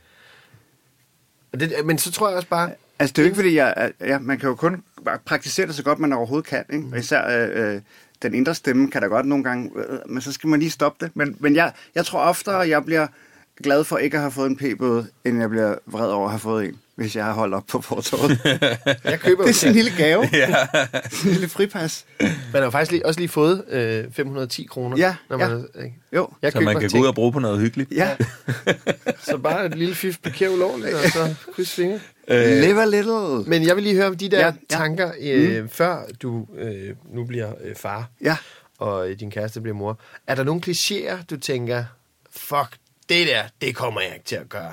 S3: Det, men så tror jeg også bare,
S5: Altså, det er jo ikke, fordi jeg... Ja, man kan jo kun praktisere det så godt, man overhovedet kan, ikke? Og især øh, øh, den indre stemme kan da godt nogle gange... Øh, men så skal man lige stoppe det. Men, men jeg, jeg tror oftere, jeg bliver glad for ikke at have fået en p-bøde, end jeg bliver vred over at have fået en, hvis jeg har holdt op på fortorvet.
S3: jeg køber
S5: det er
S3: jo-
S5: sådan en lille gave. ja. en lille fripas.
S3: Man har jo faktisk lige, også lige fået øh, 510 kroner.
S5: Ja,
S3: når man,
S5: ja.
S3: er- ikke?
S5: Jo.
S3: Jeg
S4: Så man
S3: køber
S4: kan gå
S3: ting.
S4: ud og bruge på noget hyggeligt.
S5: Ja.
S3: Så bare et lille fif parker ulovligt, og så kryds fingre. Øh,
S5: Live a little.
S3: Men jeg vil lige høre om de der ja,
S5: Ja,
S3: ja.
S5: ja.
S3: tanker, øh, mm. før du øh, nu bliver øh, far,
S5: Ja.
S3: og øh, din kæreste bliver mor. Er der nogle klichéer, du tænker, fuck, det der, det kommer jeg ikke til at gøre?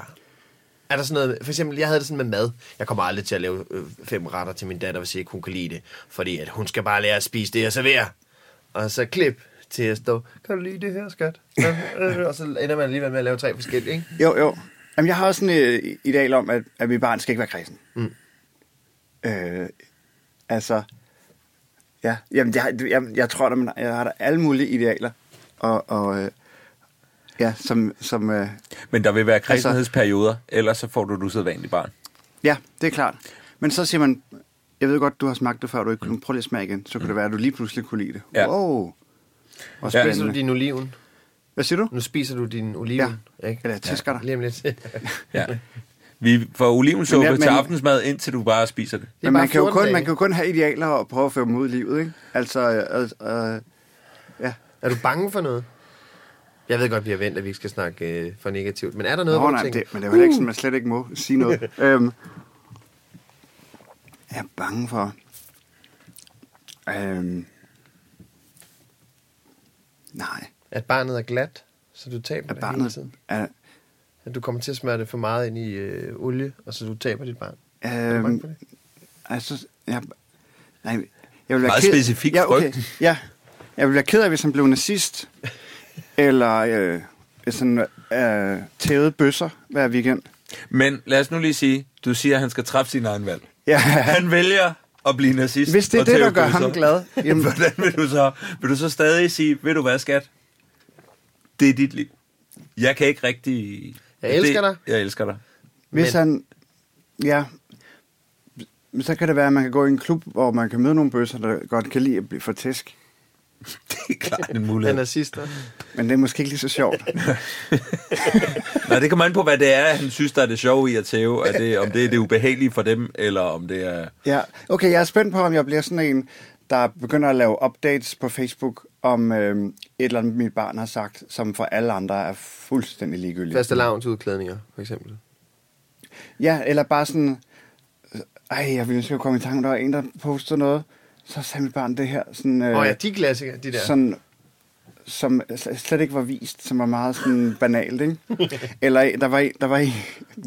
S3: Er der sådan noget, for eksempel, jeg havde det sådan med mad. Jeg kommer aldrig til at lave øh, fem retter til min datter, hvis ikke hun kan lide det. Fordi at hun skal bare lære at spise det, jeg serverer. Og så klip til at stå, kan du lide det her, skat? og så ender man alligevel med at lave tre forskellige, ikke?
S5: Jo, jo. Jamen, jeg har også sådan et øh, ideal om, at, at mit barn skal ikke være kredsen. Mm. Øh, altså, ja. Jamen, jeg, jeg, jeg tror, at man, jeg har da alle mulige idealer. Og, og øh, ja, som, som øh,
S4: Men der vil være kredsenhedsperioder, ellers så får du et usædvanligt barn.
S5: ja, det er klart. Men så siger man, jeg ved godt, du har smagt det før, du ikke kunne prøve lige at smage igen. Så kunne det være, at du lige pludselig kunne lide det.
S4: Mm. Ja.
S5: Wow. Og
S4: Ja.
S3: Spiser du
S5: spændende.
S3: din oliven?
S5: Hvad siger du?
S3: Nu spiser du din oliven, ja. ikke?
S5: Eller jeg tæsker dig.
S3: Lige om lidt. det
S4: Ja. Vi får olivensuppe men,
S5: Men jeg-
S4: til
S5: men-
S4: aftensmad, indtil du bare spiser det.
S3: er
S5: Men
S3: bare
S5: man kan, jo
S3: 14
S5: kun,
S3: dage.
S5: man kan jo kun have idealer og prøve at føre dem ud i livet, ikke? Altså, øh, øh, ja.
S3: Er du bange for noget? Jeg ved godt, vi har ventet, at vi ikke skal snakke øh, for negativt, men er Uh. der noget,
S5: Nå,
S3: hvor du
S5: nej,
S3: tænker,
S5: det, men det er jo ikke sådan, man slet ikke må sige noget. øhm, jeg er bange for... Øhm, nej,
S3: "Uh, at barnet er glat, så du taber det
S5: at
S3: hele
S5: barnet...
S3: tiden?
S5: Er,
S3: At du kommer til at smøre det for meget ind i øh, olie, og så du taber dit barn? Er du bange for
S5: øhm,
S3: det?
S5: altså, jeg, nej, jeg vil være
S4: Meget
S5: ked...
S4: specifik
S5: ja, okay.
S4: frygt.
S5: Ja, jeg vil være ked af, hvis han blev nazist, eller øh, sådan øh, tævede bøsser hver weekend.
S4: Men lad os nu lige sige, du siger, at han skal træffe sin egen valg.
S5: Ja.
S4: Han vælger at blive nazist
S5: Hvis det er
S4: og
S5: det, der gør
S4: teodoser,
S5: ham glad, jamen-
S4: hvordan vil du, så, vil du så stadig sige, ved du hvad, skat? Det er dit liv. Jeg kan ikke rigtig...
S3: Jeg elsker
S4: det,
S3: dig."
S4: Jeg elsker dig.
S5: Hvis Men... han... Ja. Så kan det være, at man kan gå i en klub, hvor man kan møde nogle bøsser, der godt kan lide at blive for tæsk.
S4: Det er klart en
S3: Han
S4: mulighed.
S3: er sidste.
S5: Men det er måske ikke lige så sjovt.
S4: Nej, det kommer an på, hvad det er, han synes, der er det sjove i at tæve. Er det, om det er det ubehagelige for dem, eller om det er...
S5: ja. Okay, jeg er spændt på, om jeg bliver sådan en, der begynder at lave updates på Facebook om øhm, et eller andet, mit barn har sagt, som for alle andre er fuldstændig ligegyldigt.
S3: Faste lavns udklædninger, for eksempel.
S5: Ja, eller bare sådan, ej, jeg ville ønske, at komme i tanke, om, der var en, der postede noget, så sagde mit barn det her, sådan,
S3: Åh oh, ja, de klassikere, de der.
S5: Øh, sådan, som sl- slet ikke var vist, som var meget sådan banalt, ikke? Eller en- der var en, der var en,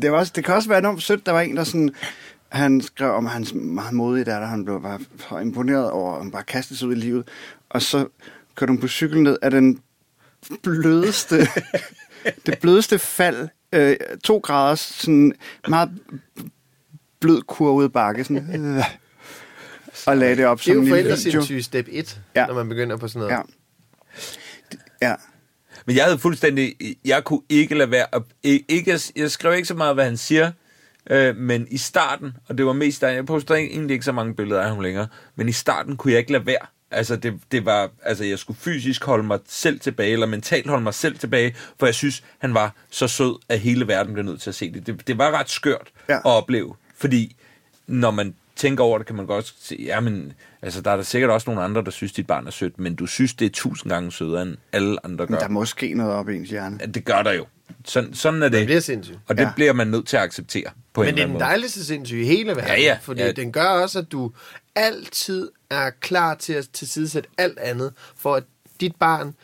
S5: det, var også, det kan også være enormt sødt, der var en, der sådan, han skrev om hans meget modige der, der han blev bare for imponeret over, at han bare kastede sig ud i livet, og så kørte hun på cykel ned af den blødeste, det blødeste fald, øh, to grader, sådan meget blød kurvet bakke, sådan, øh, og lagde det op
S3: det er
S5: som
S3: jo
S5: en lille video.
S3: forældresindssyge step 1,
S5: Ja.
S3: ja. når man begynder på sådan noget.
S5: Ja. Ja.
S4: Men jeg havde fuldstændig... Jeg kunne ikke lade være... At, ikke, ikke- jeg skrev ikke så meget, hvad han siger, øh, men i starten, og det var mest der... Jeg poster egentlig ikke så mange billeder af ham længere, men i starten kunne jeg ikke lade være. Altså, det, det var, altså, jeg skulle fysisk holde mig selv tilbage, eller mentalt holde mig selv tilbage, for jeg synes, han var så sød, at hele verden blev nødt til at se det. Det, det var ret skørt
S5: Ja.
S4: ja. at opleve, fordi når man tænker over det, kan man godt se, jamen, altså, der er der sikkert også nogle andre, der synes, dit barn er sødt, men du synes, det er tusind gange sødere, end alle andre gør
S5: Men der er måske noget op i ens hjerne.
S4: at det gør der jo. Sådan, sådan er det.
S3: Man bliver sindssyg.
S4: Og det
S5: Ja.
S4: bliver man nødt til at acceptere på en
S3: Men det
S4: eller
S3: er den
S4: anden
S3: dejligste sindssyge i hele verden.
S4: Ja, ja.
S3: Fordi
S4: Ja.
S3: den gør også, at du altid er klar til at tilsidesætte alt andet, for at dit barn,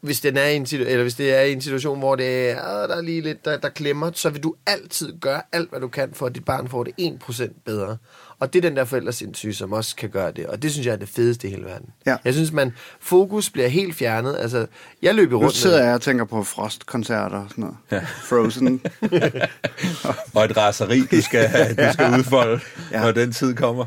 S3: hvis, den er i en situ- eller hvis det er i en situation, hvor det er, "Åh, der er lige lidt, der, der klemmer, så vil du altid gøre alt, hvad du kan, for at dit barn får det 1% bedre. Og det er den der forældresindssyge, som også kan gøre det. Og det synes jeg er det fedeste i hele verden.
S5: Ja.
S3: Jeg synes, man fokus bliver helt fjernet. Altså, jeg løb i rundt.
S5: Nu
S3: med-
S5: sidder jeg og tænker på Frost-koncerter og sådan noget. Ja. Frozen.
S4: måde. Og et raseri, du skal, du skal udfolde,
S5: Ja.
S4: når den tid kommer.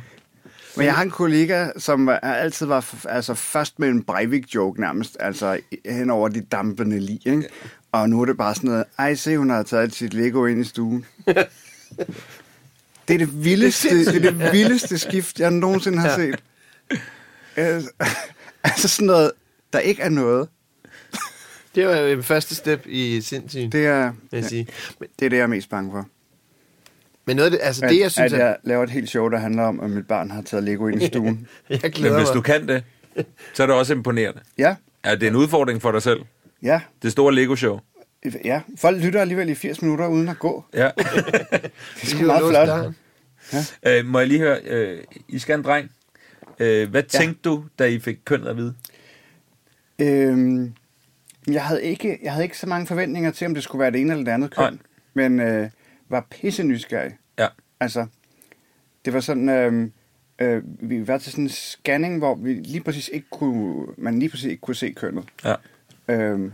S5: Men jeg har en kollega, som er- altid var f- altså først med en Breivik-joke nærmest, altså i- hen over de dampende lig, ikke? Og nu er det bare sådan noget, ej, se, hun har taget sit Lego ind i stuen. Det er det vildeste, det er det vildeste skift, jeg nogensinde har set. Øh, Altså sådan noget, der ikke er noget.
S3: Det var jo første step i sindssygen, det,
S5: Det er,
S3: vil jeg sige. Men,
S5: det er det, jeg er mest bange for.
S3: men noget af det, altså
S5: at,
S3: det, jeg synes,
S5: at jeg laver et helt show, der handler om, at mit barn har taget Lego ind i stuen.
S3: Jeg glæder
S4: Men hvis
S3: mig.
S4: du kan det, så er det også imponerende.
S5: ja,
S4: Er det en udfordring for dig selv?
S5: ja,
S4: Det store Lego-show.
S5: ja. Folk lytter alligevel i 80 minutter uden at gå.
S4: Ja.
S5: Det er sgu meget flot.
S4: øh, må jeg lige høre, øh, I skal have en dreng. Øh, hvad ja. tænkte du, da I fik kønnet at vide?
S5: Øhm, jeg, havde ikke, jeg havde ikke så mange forventninger til, om det skulle være det ene eller det andet køn. Men øh, var pisse nysgerrig.
S4: Ja.
S5: Altså, det var sådan, øh, øh, vi var til sådan en scanning, hvor vi lige præcis ikke kunne, man lige præcis ikke kunne se kønnet.
S4: ja.
S5: Øhm,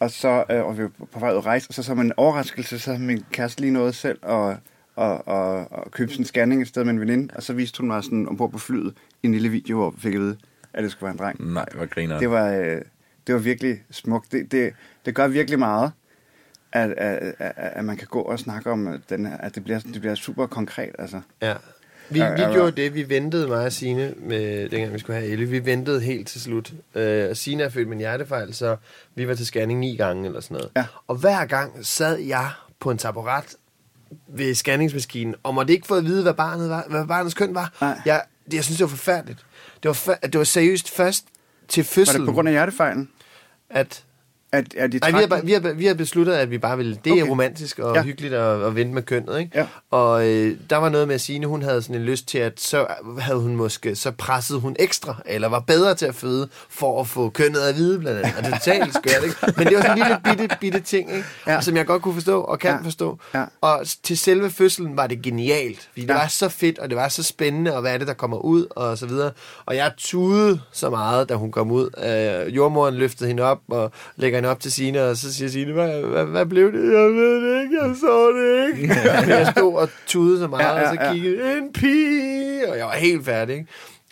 S5: og så øh, og vi var på vej ud at rejse, og så som en overraskelse, så havde min kæreste lige noget selv og, og, og, og købte sådan en scanning et sted med en veninde, og så viste hun mig sådan ombord på flyet en lille video, hvor vi fik at vide, at det skulle være en dreng.
S3: Mm,
S4: Nej, hvor griner
S5: Det var, øh, det var virkelig smukt. Det, det, det gør virkelig meget, at, at, at, at man kan gå og snakke om øh, den her, at det bliver, det bliver super konkret. Altså.
S3: Ja. Vi,
S5: Ja,
S3: vi
S5: ja,
S3: gjorde det, vi ventede mig og Signe, med, dengang vi skulle have Elle, vi ventede helt til slut. Øh, og Signe er født med en hjertefejl, så vi var til scanning ni gange eller sådan noget.
S5: Ja.
S3: Og hver gang sad jeg på en taburet ved scanningsmaskinen, og måtte ikke få at vide, hvad, barnet var, hvad barnets køn var.
S5: Nej.
S3: Jeg, det- jeg synes, det var forfærdeligt. Det var, fa- det var seriøst først til
S5: Var
S3: fødslen,
S5: det på grund af hjertefejlen?
S3: at
S5: At, at de
S3: Nej,
S5: trak
S3: vi har, bare-
S5: den?
S3: vi, har, vi har besluttet, at vi bare ville... Det okay.
S5: Okay.
S3: er romantisk og
S5: Ja.
S3: ja. hyggeligt at, at vente med kønnet, ikke?
S5: Ja.
S3: Og øh, der var noget med at Signe, hun havde sådan en lyst til, at så havde hun måske... Så pressede hun ekstra, eller var bedre til at føde, for at få kønnet at vide, blandt andet. Og det er totalt skørt, ikke? Men det var sådan en lille bitte, bitte ting, ikke?
S5: Ja.
S3: Ja. Som jeg godt kunne forstå, og kan
S5: Ja.
S3: ja. forstå.
S5: Ja.
S3: Og s- til selve fødslen var det genialt, fordi ja. det
S5: Ja.
S3: var så fedt, og det var så spændende, og hvad er det, der kommer ud, og så videre. Og jeg tudede så meget, da hun kom ud. Øh, jordmoren løftede hende op og lægger rækker han op til Sine, og så siger Sine, hvad, hvad, hvad blev det? Jeg ved det ikke, jeg så det ikke. Men jeg stod og tudede så meget, ja,
S5: Ja,
S3: ja,
S5: ja,
S3: og så
S5: ja.
S3: kiggede, en pige, og jeg var helt færdig,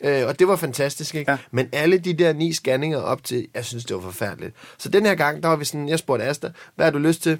S3: ikke? Øh, og det var fantastisk, ikke? Ja.
S5: Ja.
S3: Men alle de der ni scanninger op til, jeg synes, det var forfærdeligt. Så den her gang, der var vi sådan, jeg spurgte Asta, hvad har du lyst til?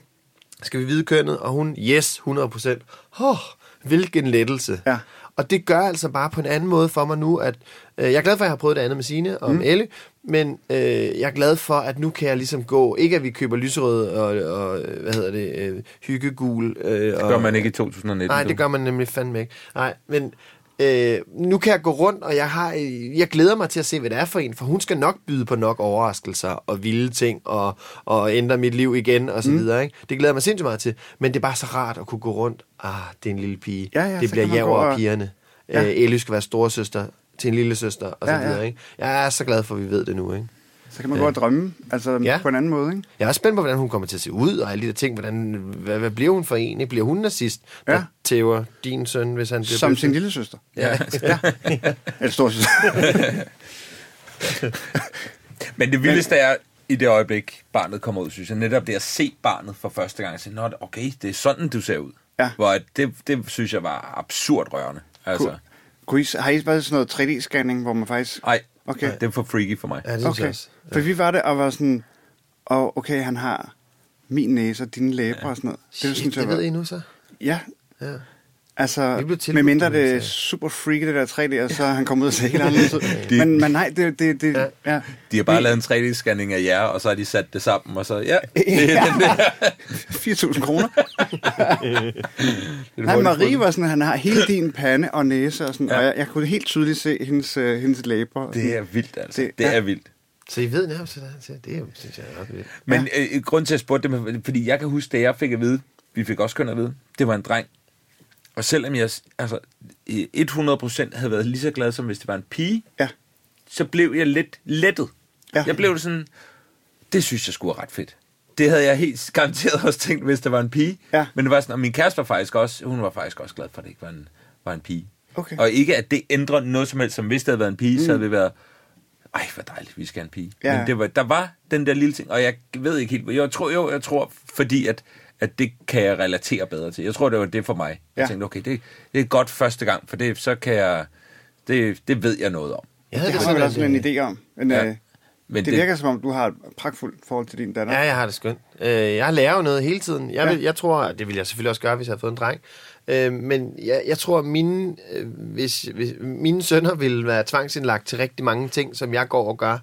S3: Skal vi vide kønnet? Og hun, yes, 100 procent. Åh, hvilken lettelse.
S5: Ja.
S3: Og det gør altså bare på en anden måde for mig nu, at øh, jeg er glad for, at jeg har prøvet det andet med Signe og mm. med Elle, men øh, jeg er glad for, at nu kan jeg ligesom gå, ikke at vi køber lyserød og, og øh, hvad hedder det, øh, hyggegul. Øh, det
S4: Det gør man ikke i 2019.
S3: Nej, det gør man nemlig fandme ikke. Nej, men øh, nu kan jeg gå rundt, og jeg, har, øh, jeg glæder mig til at se, hvad det er for en, for hun skal nok byde på nok overraskelser og vilde ting og, og ændre mit liv igen og så mm. videre. Ikke? Det glæder jeg mig sindssygt meget til, men det er bare så rart at kunne gå rundt. Ah, det er en lille pige.
S5: Ja, ja,
S3: det
S5: så
S3: bliver
S5: kan man
S3: jeg
S5: gå
S3: og
S5: og-
S3: pigerne. Ja.
S5: Ja.
S3: Øh, Elly skal være storesøster til en lille søster og så
S5: Ja, ja.
S3: videre. Ikke? Jeg er så glad for, at vi ved det nu. Ikke?
S5: Så kan man gå og drømme, altså
S3: Ja.
S5: ja. på en anden måde, ikke?
S3: Jeg er også spændt på, hvordan hun kommer til at se ud, og alle de der ting. Hvordan, hvad, hvad bliver hun for en? ikke? Bliver hun nazist?
S5: Ja.
S3: Ja. Tæver din søn, hvis han bliver
S5: Som
S3: bøsse?
S5: sin lille søster.
S4: Ja.
S5: Eller stor søster.
S4: Men det vildeste er, i det øjeblik, barnet kommer ud, synes jeg, netop det at se barnet for første gang, og sige, nå, okay, det er sådan, du ser ud.
S5: Ja.
S4: Hvor at det, det synes jeg var absurd rørende. Altså,
S5: Kunne- Kunne I, har I været sådan noget 3D-scanning, hvor man faktisk...
S4: nej,
S5: Okay.
S4: det er for freaky for mig.
S3: Ja, det synes jeg
S5: Okay,
S3: også.
S5: for vi var det og var sådan, og okay, han har min næse og dine læber og sådan noget. Det, var sådan,
S3: Shit, det
S5: jeg
S3: ved
S5: var-
S3: I nu så?
S5: Ja,
S3: Ja. Vi
S5: altså,
S3: blev tilbudt
S5: medmindre
S3: det,
S5: det er
S3: altså.
S5: super freaky, det der 3D, og så er han kommet ud og ser helt anderledes ud. Men, men nej, det... det, det ja. ja.
S4: De har bare lavet en 3D-scanning af jer, og så har de sat det sammen, og så, ja, det er den der.
S5: 4.000 kroner.
S4: Det er
S5: Nej,
S4: hurtigt
S5: Marie
S4: fundet.
S5: var sådan, han har hele din pande og næse, og, sådan, ja. og jeg, jeg, kunne helt tydeligt se hendes, øh, hendes læber. og
S4: Det
S5: sådan.
S4: er vildt, altså. Det,
S5: Det-
S4: det
S5: ja.
S4: er vildt.
S3: Så I ved nærmest, hvad han siger. Det er jo, synes jeg er ret vildt.
S4: Men ja. øh, grund til, at jeg spurgte dem, fordi jeg kan huske, da jeg fik at vide, vi fik også køn at vide, det var en dreng. Og selvom jeg altså, øh, 100% havde været lige så glad, som hvis det var en pige,
S5: Ja.
S4: så blev jeg lidt lettet. Ja.
S5: Ja.
S4: Jeg blev sådan, det synes jeg skulle ret fedt. Det havde jeg helt garanteret også tænkt, hvis det var en pige.
S5: Ja.
S4: Men det var sådan, og min kæreste var faktisk også, hun var faktisk også glad for, at det ikke var en, var en pige.
S5: Okay.
S4: Og ikke, at det ændrer noget som helst, som hvis det havde været en pige, mm. så havde det været, ej, hvor dejligt, vi skal have en pige.
S5: Ja.
S4: Men det var, der var den der lille ting, og jeg ved ikke helt, hvor- jeg tror jo, jeg tror, fordi at, at det kan jeg relatere bedre til. Jeg tror, det var det for mig. Jeg
S5: Ja.
S4: tænkte, okay, det, det er godt første gang, for det, så kan jeg, det, det ved jeg noget om.
S3: Jeg
S5: Det har man også sådan en
S3: øh,
S5: idé om. Men,
S4: Ja.
S5: ja. øh,
S4: Men
S5: men det, det virker som om, du har et pragtfuldt forhold til din datter.
S3: Ja, jeg har det skønt. Øh, jeg lærer jo noget hele tiden. Jeg, vil,
S5: Ja.
S3: jeg tror, og det ville jeg selvfølgelig også gøre, hvis jeg havde fået en dreng. Øh, men jeg, jeg tror, at mine, øh, hvis, hvis, mine sønner ville være tvangsindlagt til rigtig mange ting, som jeg går og gør.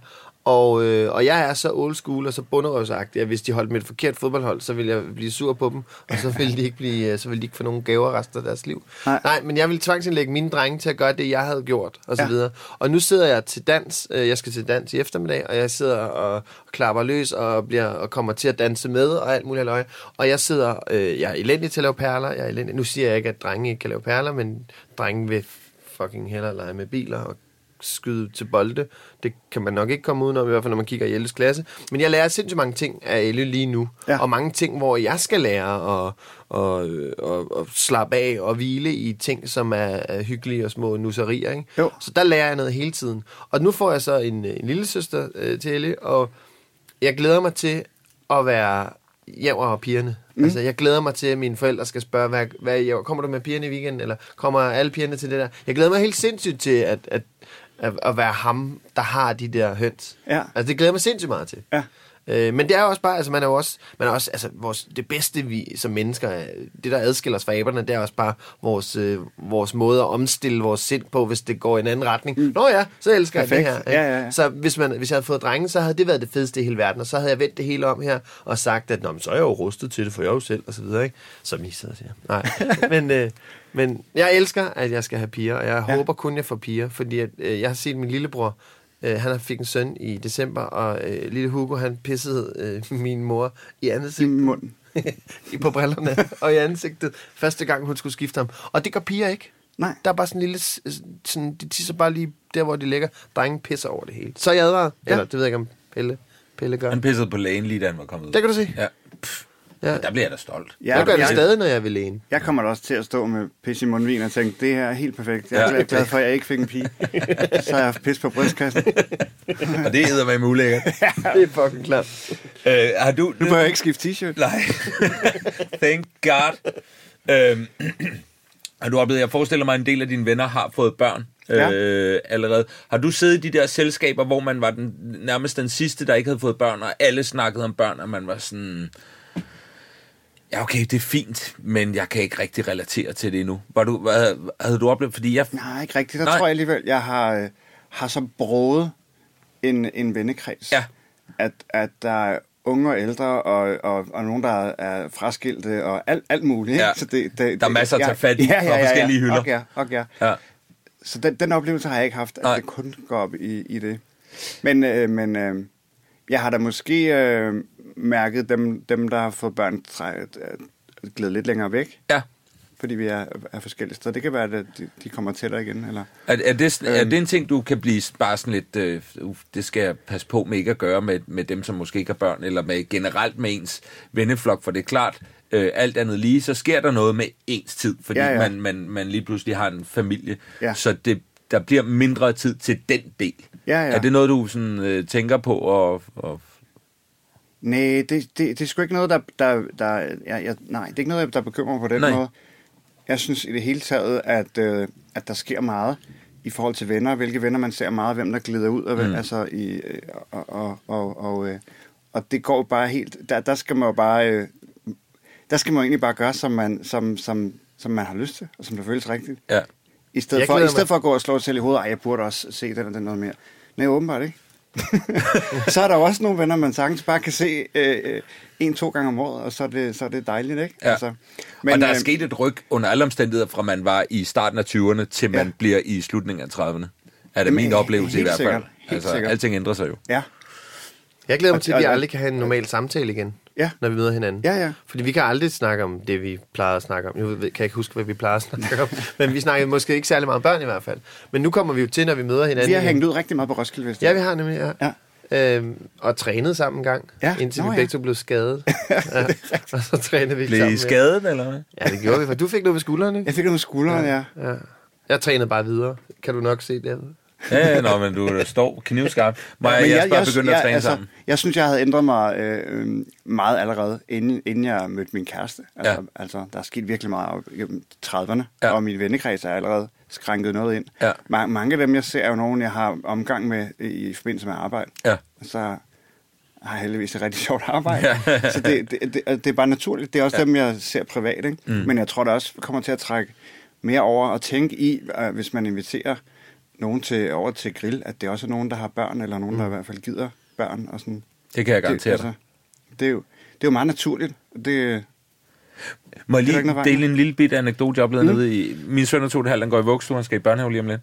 S3: Og, øh, og jeg er så old school og så bunderøvsagtig, at hvis de holdt med et forkert fodboldhold, så ville jeg blive sur på dem, og så ville de ikke, blive, øh, så ville de ikke få nogen gaver resten af deres liv.
S5: Nej.
S3: Nej, men jeg ville tvangsindlægge mine drenge til at gøre det, jeg havde gjort, og så
S5: Ja.
S3: videre. videre. Og nu sidder jeg til dans. øh, Jeg skal til dans i eftermiddag, og jeg sidder og klapper løs og, bliver, og kommer til at danse med og alt muligt løg. Og jeg sidder, øh, jeg er elendig til at lave perler. Jeg er elendig. Nu siger jeg ikke, at drenge ikke kan lave perler, men drenge vil fucking hellere lege med biler og skyde til bolde. Det kan man nok ikke komme udenom, i hvert fald når man kigger i Elles klasse. Men jeg lærer sindssygt mange ting af Elle lige nu. Ja.
S5: Ja.
S3: Og mange ting, hvor jeg skal lære at, at, at, at slappe af og hvile i ting, som er, er hyggelige og små nusserier. Ikke?
S5: Jo.
S3: Så der lærer jeg noget hele tiden. Og nu får jeg så en, øh, en lille søster øh, til Elle, og jeg glæder mig til at være jævr og pigerne. Mm. Altså, jeg glæder mig til, at mine forældre skal spørge, hvad, hvad jævr, kommer du med pigerne i weekenden, eller kommer alle pigerne til det der? Jeg glæder mig helt sindssygt til at, at, at, at være ham, der har de der høns.
S5: Ja.
S3: Altså, det glæder jeg mig sindssygt meget til.
S5: Ja.
S3: Øh, men det er jo også bare, altså man er jo også, man er også altså, vores, det bedste vi som mennesker, er- det der adskiller os fra aberne, det er også bare vores, øh, vores måde at omstille vores sind på, hvis det går i en anden retning. Mm. Nå ja, så elsker jeg
S5: Perfekt.
S3: det her. ikke?
S5: Ja, ja, ja.
S3: Så hvis, man, hvis jeg havde fået drenge, så havde det været det fedeste i hele verden, og så havde jeg vendt det hele om her og sagt, at Nå, men så er jeg jo rustet til det, for jeg er jo selv, og så videre, ikke? Som I sidder og siger. Nej, men, øh, men jeg elsker, at jeg skal have piger, og jeg ja. håber kun, jeg får piger, fordi at, øh, jeg har set min lillebror, øh, han fik en søn i december, og øh, lille Hugo, han pissede øh, min mor i
S5: I
S3: ansigtet,
S5: munden.
S3: i på brillerne og i ansigtet, første gang hun skulle skifte ham. Og det gør piger ikke.
S5: Nej.
S3: Der er bare sådan en lille... s- Sådan, de tisser bare lige der, hvor de ligger. Drenge pisser over det hele. Så er jeg advaret. Ja. Eller det ved jeg ikke, om Pelle, Pelle gør.
S4: Han pissede på lægen lige da han var kommet ud.
S3: Det kan du se.
S4: Ja. Pff,
S3: Ja.
S4: ja. Der bliver jeg da stolt.
S5: Ja,
S3: jeg gør det
S5: jeg-
S3: stadig, når jeg vil alene.
S5: Jeg kommer da også til at stå med pis i mundvin og tænke, det her er helt perfekt. Jeg
S4: Ja.
S5: er glad- glad for, at jeg ikke fik en pige. Så har jeg haft pis på brystkassen.
S4: Og det æder med ulækkert.
S3: Det er fucking klart.
S4: Øh, har du...
S5: Nu behøver jeg ikke skifte t-shirt.
S4: Nej. Thank God. Øhm, har du oplevet, jeg forestiller mig, at en del af dine venner har fået børn
S5: Ja.
S4: øh, allerede. Har du siddet i de der selskaber, hvor man var den, nærmest den sidste, der ikke havde fået børn, og alle snakkede om børn, og man var sådan... Ja, okay, det er fint, men jeg kan ikke rigtig relatere til det endnu. Var du, hvad, havde du oplevet, fordi jeg...
S5: Nej, ikke rigtigt. Der
S4: Nej.
S5: Nej. tror jeg alligevel, jeg har, øh, har så broget en, en vennekreds.
S4: Ja.
S5: At, at der er unge og ældre, og, og, og nogen, der er fraskilte, og alt, alt muligt. ikke?
S4: Ja. Der er masser at tage fat i fra forskellige hylder.
S5: Okay, okay.
S4: Ja.
S5: Så den, den oplevelse har jeg ikke haft, at
S4: Nej.
S5: det kun går op i, i det. Men, øh, men øh, jeg har da måske øh, mærket dem, dem, der har fået børn, træ- øh, glæde lidt længere væk,
S4: Ja.
S5: fordi vi er, er forskellige steder. Det kan være, at de, de kommer tættere igen, eller...
S4: Er, er, det, sådan-
S5: Øhm.
S4: er det en ting, du kan blive bare sådan lidt, øh, "Uh, det skal jeg passe på med ikke at gøre med, med dem, som måske ikke har børn, eller med generelt med ens venneflok, for det er klart, øh, alt andet lige, så sker der noget med ens tid, fordi ja,
S5: Ja,
S4: ja.
S5: ja.
S4: Man, man, man lige pludselig har en familie, ja.
S5: Ja.
S4: så det, der bliver mindre tid til den del.
S5: Ja, ja.
S4: Er det noget, du sådan, øh, tænker på? Og, og,
S5: Nej, det, det, det er sgu ikke noget, der... der, der jeg, jeg, nej, det er ikke noget, der bekymrer mig på den
S4: Nej.
S5: nej. måde. Jeg synes i det hele taget, at, øh, at der sker meget i forhold til venner, hvilke venner man ser meget, hvem der glider ud, og, hvem, mm. altså, i, øh, og, og, og, og, øh, og det går jo bare helt... Der, der skal man jo bare... Øh, der skal man jo egentlig bare gøre, som man, som, som, som man har lyst til, og som det føles rigtigt.
S4: ja.
S5: I stedet,
S3: Jeg
S5: for,
S3: glæder
S5: I stedet
S3: mig.
S5: for at gå og slå sig selv i hovedet, ej, jeg burde også se den og den noget mere. Nej, åbenbart ikke. så er der jo også nogle venner, man sagtens bare kan se øh, øh, en-to gange om året, og så er det, så er det dejligt, ikke?
S4: Ja. Men, og der er
S5: øh,
S4: sket et ryg under alle omstændigheder, fra man var i starten af 20'erne, til man
S5: Ja.
S4: bliver i slutningen af 30'erne. Er det
S5: Jamen,
S4: min
S5: øh,
S4: oplevelse i
S5: helt
S4: hvert fald?
S5: sikkert. Helt
S4: altså,
S5: sikkert.
S4: alting ændrer sig jo.
S5: Ja,
S3: Jeg glæder mig
S5: Og-
S3: til, at vi
S5: og-
S3: aldrig kan have en normal samtale igen,
S5: Ja.
S3: når vi møder hinanden.
S5: Ja, ja.
S3: Fordi vi kan aldrig snakke om det, vi plejer at snakke om. Nu ved- kan jeg ikke huske, hvad vi plejer at snakke om, men vi snakkede måske ikke særlig meget om børn i hvert fald. Men nu kommer vi jo til, når vi møder hinanden.
S5: vi har
S3: igen.
S5: hængt ud rigtig meget på Roskilde Festival.
S3: øh, Ja, vi har nemlig, ja. ja. Øhm, og trænet sammen en gang,
S5: Ja,
S3: indtil
S5: nå
S3: vi
S5: ja.
S3: begge to blev skadet. ja. Og så trænede vi
S4: Blev
S3: sammen.
S4: I skadet, eller hvad?
S3: Ja, det gjorde vi, for du fik noget ved skulderen, ikke?
S5: Jeg fik det med skulderen, ja. ja.
S3: Ja. Jeg trænede bare videre. Kan du nok se det?
S4: Ja, ja, nå, men du står knivskarp. Må jeg,
S5: Men
S4: jeg, bare begynde at træne
S5: altså,
S4: sammen?
S5: Jeg synes, jeg havde ændret mig øh, øh, meget allerede, inden, inden jeg mødte min kæreste. Altså,
S4: Ja.
S5: ja. altså der er sket virkelig meget op gennem 30'erne,
S4: Ja.
S5: ja. og min vennekreds er allerede skrænket noget ind.
S4: Ja.
S5: Ma- mange af dem, jeg ser, er jo nogen, jeg har omgang med i, i forbindelse med arbejde.
S4: Ja.
S5: Og så har jeg heldigvis et rigtig sjovt arbejde. Ja. så det, det, det, det er bare naturligt. Det er også ja. dem, jeg ser privat. Ikke? Mm. Men jeg tror, der også kommer til at trække mere over og tænke i, øh, hvis man inviterer nogen til, over til grill, at det også er nogen, der har børn, eller nogen, mm. der i hvert fald gider børn. Og sådan. altså,
S4: Det altså- kan jeg garantere dig.
S5: det, er jo, det er jo meget naturligt. Det,
S4: Må jeg
S5: Det er der ikke
S4: lige
S5: noget vejen
S4: dele en lille bit anekdote, jeg oplevede mm. nede i... Min søn er to og et halvt, han går i vuggestue, han skal i børnehave lige om lidt.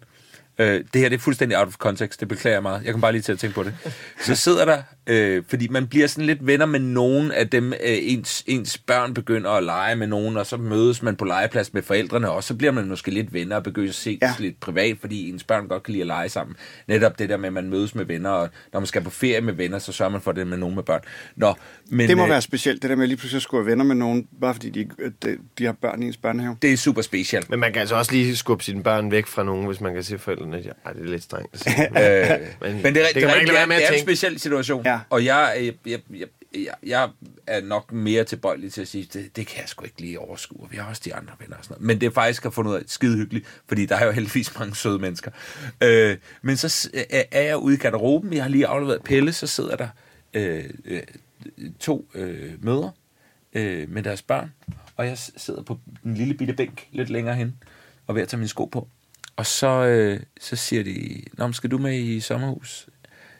S4: Øh, det her det er fuldstændig out of context, det beklager jeg meget. Jeg kom bare lige til at tænke på det. Så sidder der, øh, fordi man bliver sådan lidt venner med nogen af dem, øh, ens, ens børn begynder at lege med nogen, og så mødes man på legeplads med forældrene, og så bliver man måske lidt venner og begynder at se ja.
S5: Ja.
S4: lidt privat, fordi ens børn godt kan lide at lege sammen. Netop det der med, at man mødes med venner, og når man skal på ferie med venner, så sørger man for det med nogen med børn. Nå, men,
S5: det må
S4: øh,
S5: være specielt, det der med lige pludselig at skulle være venner med nogen, bare fordi de, øh, de, de har børn i ens børnehave.
S4: det er super specielt.
S3: Men man kan altså også lige skubbe sine børn væk fra nogen, hvis man kan se forældrene. at, Ja, det er lidt strengt. at sige.
S4: Øh, men, men det,
S3: man
S4: det, det, det,
S3: ikke lade
S4: det,
S3: være
S4: er,
S3: med
S4: det
S3: at
S4: er en
S3: tænke.
S4: speciel situation,
S5: Ja.
S4: og jeg, øh, jeg, jeg, jeg, jeg er nok mere tilbøjelig til at sige, det, det kan jeg sgu ikke lige overskue, og vi har også de andre venner og sådan noget. Men det er faktisk at få noget skide hyggeligt, fordi der er jo heldigvis mange søde mennesker. Øh, men så s- er er jeg ude i garderoben, jeg har lige afleveret Pelle, så sidder der øh, øh, to øh, mødre øh, med deres børn, og jeg s- sidder på en lille bitte bænk lidt længere hen, og er ved at tage mine sko på. Og så, øh, så siger de, Nå, men skal du med i sommerhus?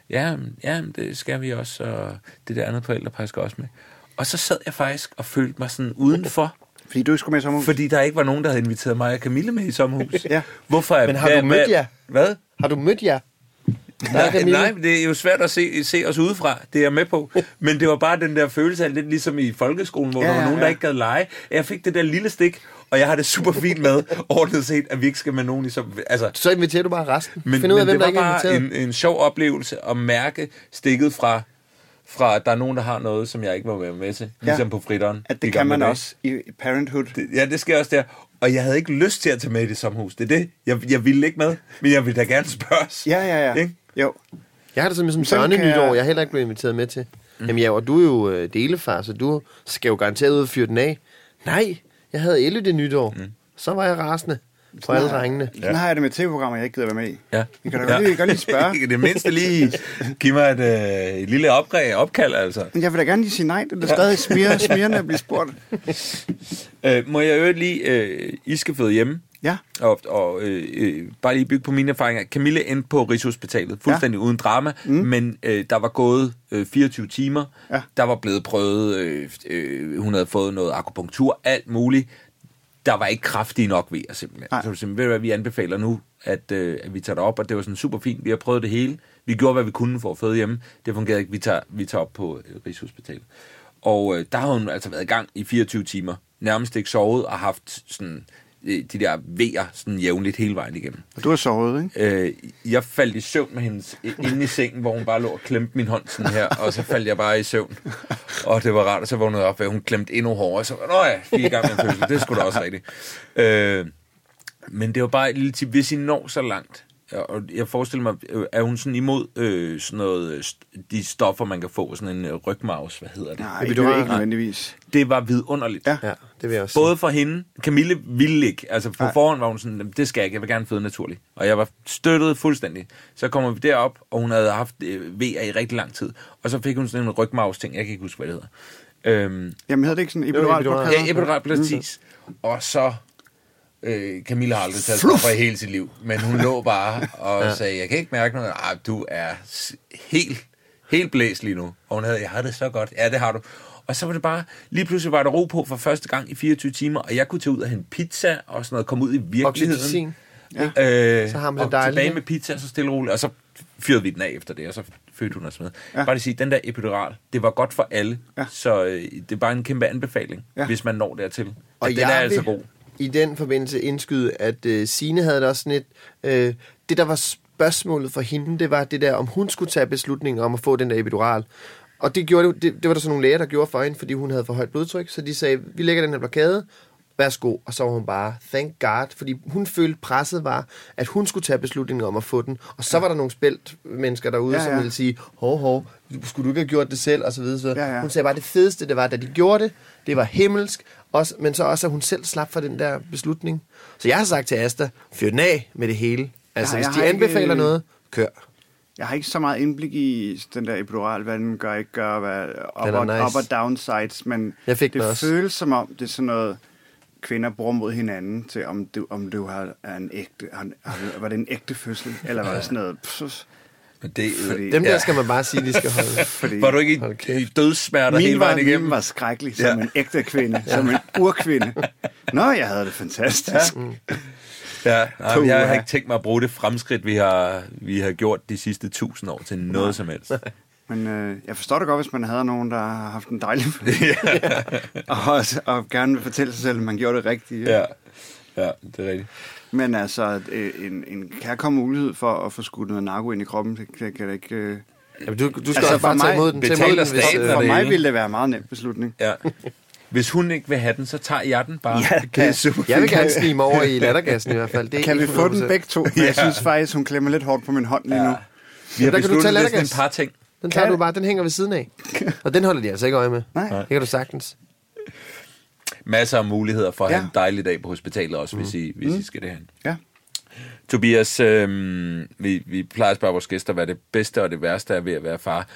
S4: Ja, men- ja, men det skal vi også, og det der andet forældrepar skal også med. Og så sad jeg faktisk og følte mig sådan udenfor,
S5: Fordi du ikke skulle med i sommerhus.
S4: fordi der ikke var nogen, der havde inviteret mig og Camille med i sommerhus.
S5: Ja.
S4: Hvorfor er,
S3: Men har
S4: hvad-
S3: du mødt
S4: hvad-
S3: jer?
S4: Hvad?
S3: Har du mødt jer?
S4: Nej,
S3: Camille.
S4: nej, men det er jo svært at se, se os udefra, det er jeg med på. Men det var bare den der følelse af lidt ligesom i folkeskolen, hvor ja,
S5: Ja,
S4: der var
S5: ja,
S4: nogen, der
S5: ja.
S4: ikke gad lege. Jeg fik det der lille stik, og jeg har det super fint med, ordnet set, at vi ikke skal med nogen i som... Altså,
S3: Så inviterer du bare resten.
S4: men,
S3: Find ud af,
S4: men
S3: hvem
S4: det
S3: der
S4: var
S3: ikke er
S4: bare
S3: inviteret.
S4: en, en sjov oplevelse at mærke stikket fra, fra at der er nogen, der har noget, som jeg ikke må være med til. Ligesom på fritteren.
S5: At
S4: i
S5: det kan
S4: gamle
S5: man
S4: dage.
S5: også i Parenthood. Det,
S4: Ja, det sker også der. Og jeg havde ikke lyst til at tage med i det sommerhus. Det er det. Jeg, jeg ville ikke med, men jeg ville da gerne spørges.
S5: ja, ja, ja.
S4: Ikke?
S5: Jo.
S3: Jeg har det som som
S5: Sådan kan
S3: børnenytår,
S5: jeg-
S3: jeg heller ikke blev inviteret med til. Jamen ja, og du er jo øh, delefar, så du skal jo garanteret ud og fyre den af. Nej, jeg havde el det nytår. Mm. Så var jeg rasende for alle drengene.
S5: Ja. Sådan har jeg det med tv-programmer, jeg ikke gider være med i.
S4: Ja.
S5: Vi kan da
S4: Ja.
S5: godt, lige, godt lige spørge.
S4: I det mindste lige give mig et, øh, et lille opgreb, opkald, altså.
S5: Men jeg vil da gerne lige sige nej, det er da stadig smirre, smirrende at blive spurgt.
S4: Øh, må jeg øvrigt lige, øh, I skal føde hjemme,
S5: Ja,
S4: og, og øh, øh, bare lige bygge på mine erfaringer. Camille endte på Rigshospitalet, fuldstændig ja. uden drama, mm. men øh, der var gået øh, 24 timer, ja.
S5: Ja.
S4: der var blevet prøvet, øh, øh, hun havde fået noget akupunktur, alt muligt. Der var ikke kraftige nok ved jer simpelthen.
S5: Nej.
S4: Så du simpelthen, ved du hvad, vi anbefaler nu, at, øh, at vi tager det op, og det var sådan super fint, vi har prøvet det hele. Vi gjorde, hvad vi kunne for at føde hjemme. Det fungerede ikke, vi tager, vi tager op på øh, Rigshospitalet. Og øh, der har hun altså været i gang i 24 timer, nærmest ikke sovet og haft sådan øh, de der vejer sådan jævnligt hele vejen igennem.
S5: og du har sovet, ikke?
S4: Øh, jeg faldt i søvn med hende inde i sengen, hvor hun bare lå og klemte min hånd sådan her, og så faldt jeg bare i søvn. Og det var rart, og så vågnede jeg op, og hun klemte endnu hårdere, så nå ja, vi er i gang med en fødsel, det skulle da også rigtigt. Øh, men det var bare et lille tip, hvis I når så langt, og jeg forestiller mig, øh, er hun sådan imod øh, sådan noget, øh, st- de stoffer, man kan få, sådan en øh, rygmavs, hvad hedder det?
S3: Det
S5: Nej, det
S3: vil du
S5: er
S3: have.
S5: ikke nødvendigvis.
S4: Det var vidunderligt.
S5: Ja.
S3: Ja, det vil jeg også
S4: Både for hende, Camille ville ikke, altså på
S5: Nej.
S4: forhånd var hun sådan, "Jamen, det skal jeg ikke, jeg vil gerne føde naturligt. Og jeg var støttet fuldstændig. Så kommer vi derop, og hun havde haft øh, VR i rigtig lang tid. Og så fik hun sådan en rygmavs-ting, jeg kan ikke huske, hvad det hedder. Øhm,
S5: Jamen hedder det ikke sådan
S3: epidural.
S5: epidural? blokader?
S4: ja, epidural plastis. Og så... Øh, Camilla har aldrig taget stoffer i hele sit liv, men hun lå bare og ja. sagde, jeg kan ikke mærke noget. Ej, du er s- helt, helt blæst lige nu. Og hun havde, jeg har det så godt. Ja, det har du. Og så var det bare, lige pludselig var der ro på for første gang i 24 timer, og jeg kunne tage ud og hente pizza og sådan noget, komme ud i virkeligheden.
S3: Oxytocin.
S4: Ja. Øh,
S3: Så har man det
S4: og
S3: dejligt,
S4: tilbage
S3: ikke?
S4: med pizza, så stille og roligt, og så fyrede vi den af efter det, og så fødte hun os med. Ja.
S5: Ja.
S4: Bare at sige, den der epidural, det var godt for alle, ja.
S5: Ja.
S4: så øh, det er bare en kæmpe anbefaling, ja.
S5: Ja.
S4: hvis man når dertil. Og
S3: Og
S4: den
S3: jeg
S4: er altså
S3: vil
S4: god.
S3: i den forbindelse indskyde, at øh, Sine havde det også sådan et... Øh, det, der var spørgsmålet for hende, det var det der, om hun skulle tage beslutningen om at få den der epidural. Og det, gjorde, det, det var der sådan nogle læger, der gjorde for hende, fordi hun havde for højt blodtryk. Så de sagde, vi lægger den her blokade, værsgo. Og så var hun bare, thank God, fordi hun følte presset var, at hun skulle tage beslutningen om at få den. Og så var der nogle spældt mennesker derude, ja,
S5: Ja,
S3: ja. som
S5: ja.
S3: ville sige, hov, hov, skulle du ikke have gjort det selv, og så videre. Så videre.
S5: Ja, ja.
S3: Hun sagde bare, at det fedeste, det var, da de gjorde det, det var himmelsk, også, men så også, at hun selv slap for den der beslutning. Så jeg har sagt til Asta, fyr den af med det hele. Altså,
S5: Ja,
S3: ja,
S5: jeg
S3: hvis de
S5: har ikke- øh,
S3: anbefaler noget, kør.
S5: Jeg har ikke så meget indblik i den der epidural, hvad den gør, ikke gør, hvad
S3: Den
S5: op,
S3: er
S5: og,
S3: nice.
S5: nice. op og downsides, men
S3: Jeg fik den
S5: det
S3: også.
S5: føles som om, det er sådan noget, kvinder bruger mod hinanden til, om du, om du har, er en ægte, har, har, var det en ægte fødsel, eller var det sådan noget, pss,
S4: Men det,
S5: Fordi-
S3: Dem der
S4: Ja.
S3: skal man bare sige, de skal holde.
S5: fordi
S4: Var du ikke
S3: øh, Hold
S4: i,
S3: kæft.
S4: i dødssmerter
S5: min
S4: hele
S5: var,
S4: vejen
S5: min
S4: igennem?
S5: var skrækkelig,
S4: Ja.
S5: som en ægte kvinde, som en urkvinde. Nå, jeg havde det fantastisk. Ja.
S4: Ja, nej, men jeg har
S5: Puha.
S4: ikke tænkt mig at bruge det fremskridt, vi har, vi har gjort de sidste tusind år til noget som helst.
S5: Men øh, jeg forstår det godt, hvis man havde nogen, der har haft en dejlig fødsel. og, også- og gerne vil fortælle sig selv, at man gjorde det rigtigt.
S4: Ja. ja, det er rigtigt.
S5: Men altså, øh, en, en kærkommende mulighed for at få skudt noget narko ind i kroppen, det, det kan det ikke... Øh...
S3: Jamen, du, du skal
S5: Altså,
S3: altså,
S5: for
S3: bare tage
S5: mig
S3: imod den. Tag imod
S4: betaler
S3: den, hvis,
S4: staten
S3: øh,
S4: for
S5: For
S4: det hele.
S5: mig ville det være en meget nem beslutning.
S4: Ja. Hvis hun ikke vil have den, så tager jeg den bare.
S5: Ja,
S4: det er super.
S3: jeg vil gerne snige mig over i lattergassen i hvert fald. Det er
S5: Kan vi få
S3: 100%.
S5: den begge to? For Jeg synes faktisk, hun klemmer lidt hårdt på min hånd lige nu.
S4: Vi
S3: der kan
S4: har
S3: du
S4: besluttet,
S3: tage
S4: det er sådan en
S3: lattergas.
S4: par ting.
S3: Den tager
S5: Kan-
S3: du bare, den hænger ved siden af. Og den holder de altså ikke øje med.
S5: Nej.
S3: Det kan du sagtens.
S4: Masser af muligheder for at ja.
S5: Ja.
S4: have en dejlig dag på hospitalet også,
S6: Mm.
S4: hvis I, hvis I skal derhen.
S5: Ja.
S4: Tobias, øh, vi, vi plejer at spørge vores gæster, hvad det bedste og det værste er ved at være far.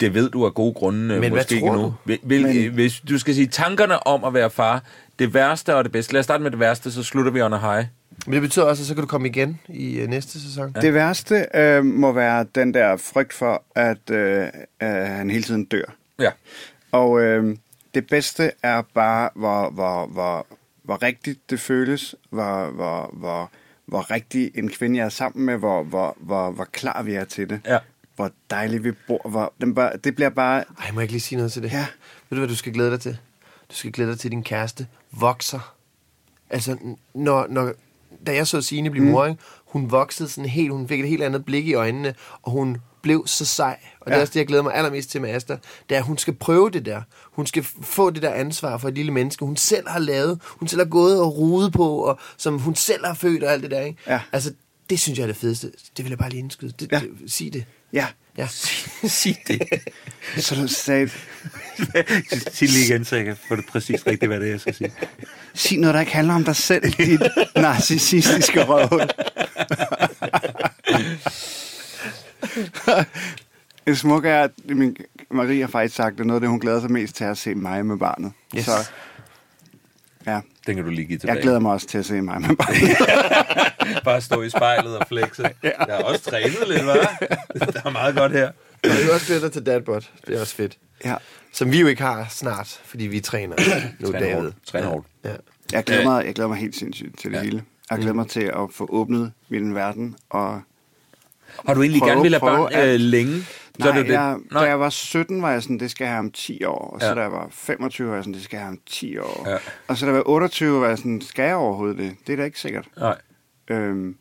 S4: Det ved du af gode grunde, øh,
S3: Men hvad
S4: måske ikke
S3: tror
S4: nu.
S3: du?
S4: Hvil, hvil, Men... Hvis du skal sige tankerne om at være far, det værste og det bedste. Lad os starte med det værste, så slutter vi under high.
S3: Men det betyder også, at så kan du komme igen i øh, næste sæson.
S5: Det værste øh, må være den der frygt for, at øh, øh, han hele tiden dør.
S4: Ja.
S5: Og øh, det bedste er bare, hvor, hvor, hvor, hvor rigtigt det føles, hvor, hvor, hvor, hvor rigtig en kvinde jeg er sammen med, hvor, hvor, hvor, hvor klar vi er til det.
S4: Ja.
S5: Hvor dejligt vi bor. Hvor, den bare, det bliver bare...
S3: Ej, må jeg ikke lige sige noget til det?
S5: Ja.
S3: Ved du, hvad du skal glæde dig til? Du skal glæde dig til, at din kæreste vokser. Altså, n- når, når, da jeg så Signe blive mm. mor, ikke? hun voksede sådan helt, hun fik et helt andet blik i øjnene, og hun blev så sej. Og det er
S5: Ja.
S3: også det, jeg glæder mig allermest til med Asta, det er, at hun skal prøve det der. Hun skal f- få det der ansvar for et lille menneske, hun selv har lavet, hun selv har gået og rudet på, og som hun selv har født og alt det der, ikke?
S5: Ja.
S3: Altså, det synes jeg er det fedeste. Det vil jeg bare lige indskyde. Det, ja.
S5: Ja.
S3: det, sig det.
S5: Ja,
S3: Ja.
S4: Sig det.
S5: Så du sagde,
S6: Sig lige igen, så jeg kan få det præcis rigtigt, hvad det er, jeg skal sige.
S5: sig noget, der ikke handler om dig selv, dit narcissistiske røvhul. det smukke er, at min Marie har faktisk sagt, at noget af det, hun glæder sig mest til, er at se mig med barnet.
S3: Yes.
S5: Så ja,
S4: Den kan du lige give tilbage.
S5: jeg glæder mig også til at se mig med barnet.
S4: Bare stå i spejlet og flexe. Jeg har også trænet lidt, hva'? Der er meget godt her.
S3: Og vi også flytter til Dadbot. Det er også fedt.
S5: ja.
S3: Som vi jo ikke har snart, fordi vi træner nu,
S4: Træn
S3: David.
S4: hårdt. Træn hårdt.
S3: Ja. Mm.
S5: Jeg glæder, mig, jeg glæder mig helt sindssygt til det ja. hele. Jeg glæder mig til at få åbnet min verden. Og
S4: Har du egentlig
S5: Prøve,
S4: gerne ville have
S5: prøve
S4: barn øh,
S5: at-
S4: længe?
S5: Nej,
S4: er det jo det.
S5: Jeg, da
S4: Nej.
S5: jeg var 17, var jeg sådan, det skal jeg have om 10 år. Og så
S4: Ja.
S5: da jeg var 25, var jeg sådan, det skal jeg have om 10 år.
S4: Ja.
S5: Og så da jeg var 28, var jeg sådan, skal jeg overhovedet det? Det er da ikke sikkert.
S4: Nej.
S5: Øhm,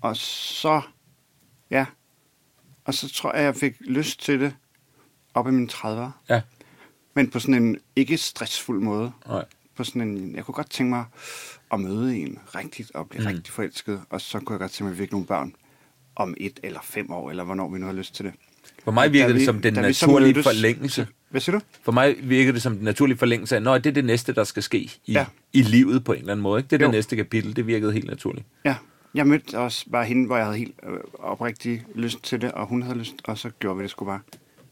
S5: og så, ja. Og så tror jeg, jeg fik lyst til det op i mine 30'er.
S4: Ja.
S5: Men på sådan en ikke stressfuld måde.
S4: Nej.
S5: På sådan en, jeg kunne godt tænke mig at møde en rigtigt og blive mm. rigtig forelsket. Og så kunne jeg godt tænke mig, at vi fik nogle børn om et eller fem år, eller hvornår vi nu har lyst til det.
S4: For mig
S5: Da
S4: virker det
S5: vi-
S4: som den
S5: da vi så
S4: naturlige
S5: mødtes-
S4: forlængelse.
S5: Hvad siger du?
S4: For mig virker det som den naturlige forlængelse af, at det er det næste, der skal ske i,
S5: Ja.
S4: ja. i livet på en eller anden måde. Ikke? Det er jo.
S5: Jo.
S4: det næste kapitel. Det virkede helt naturligt.
S5: Ja, jeg mødte også bare hende, hvor jeg havde helt øh, oprigtig lyst til det, og hun havde lyst, og så gjorde vi det sgu bare.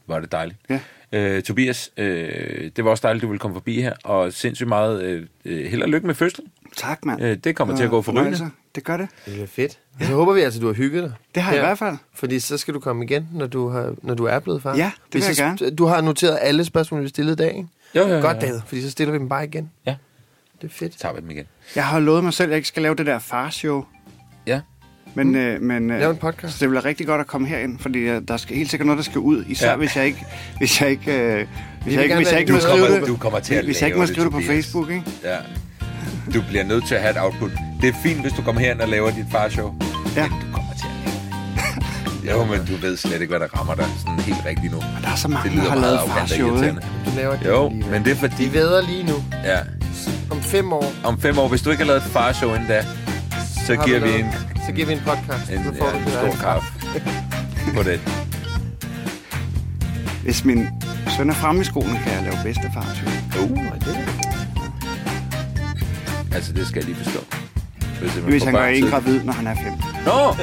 S4: Var det dejligt.
S5: Ja.
S4: Øh, Tobias, øh, det var også dejligt, du ville komme forbi her, og sindssygt meget øh, øh, held og lykke med fødslen.
S5: Tak, mand.
S4: Øh, det kommer til at gå forrygende.
S5: Fornøjelse. Det gør det.
S3: Det er fedt. Og så håber vi altså, du har hygget dig.
S5: Det har jeg i hvert fald.
S3: Fordi så skal du komme igen, når du, har, når du er blevet far.
S5: Ja, det vil
S3: Hvis
S5: jeg
S3: så- Du har noteret alle spørgsmål, vi stillede i dag, ikke?
S4: Jo, jo, jo,
S3: Godt,
S4: jo.
S3: David, fordi så stiller vi dem bare igen.
S4: Ja,
S3: Det er fedt.
S4: så tager vi dem igen.
S5: Jeg har lovet mig selv, at jeg ikke skal lave det der farshow,
S4: Ja,
S5: men, mm. øh, men øh,
S3: Lav en podcast.
S5: så det bliver rigtig godt at komme herind, fordi øh, der skal helt sikkert noget, der skal ud, især
S4: Ja.
S5: ja. hvis jeg ikke hvis jeg ikke øh, hvis
S3: vil
S5: jeg ikke
S3: gerne
S5: hvis jeg
S3: være
S5: ikke
S3: en
S5: må
S3: del af
S5: skrive
S4: gruppen.
S5: det.
S4: Du kommer til at
S5: hvis jeg ikke må
S4: lave det,
S5: skrive det på
S4: Tobias.
S5: Facebook, ikke?
S4: ja. Du bliver nødt til at have et output. Det er fint, hvis du kommer herind og laver dit farshow.
S5: Ja.
S4: Men du kommer til at lave det. Jo, men du ved slet ikke, hvad der rammer dig sådan helt rigtigt nu.
S5: Der er så mange,
S4: Det
S5: der
S4: lyder
S5: har
S4: meget
S5: lavet
S4: arrogant og
S5: farshowet, ikke?
S4: irriterende.
S3: Du laver det
S4: Jo,
S3: alligevel.
S4: men det er fordi...
S3: Vi væder lige nu.
S4: Ja,
S3: Om fem år, så
S4: om fem år, hvis du ikke har lavet et farshow endda, så
S3: har
S4: giver
S3: du
S4: vi
S3: noget.
S4: en,
S3: Så giver vi en podcast.
S4: en,
S3: så får
S4: ja,
S3: du
S4: en
S3: det
S4: stor
S3: der.
S4: kaffe på det. Uh.
S5: Hvis min søn er fremme i skolen, kan jeg lave bedste farshow.
S4: Uh, altså, det skal jeg lige forstå. Hvis, man
S5: Hvis
S4: får
S5: han gør
S4: børn
S5: en
S4: tidligt.
S5: gravid, når han er fem.
S4: Nå!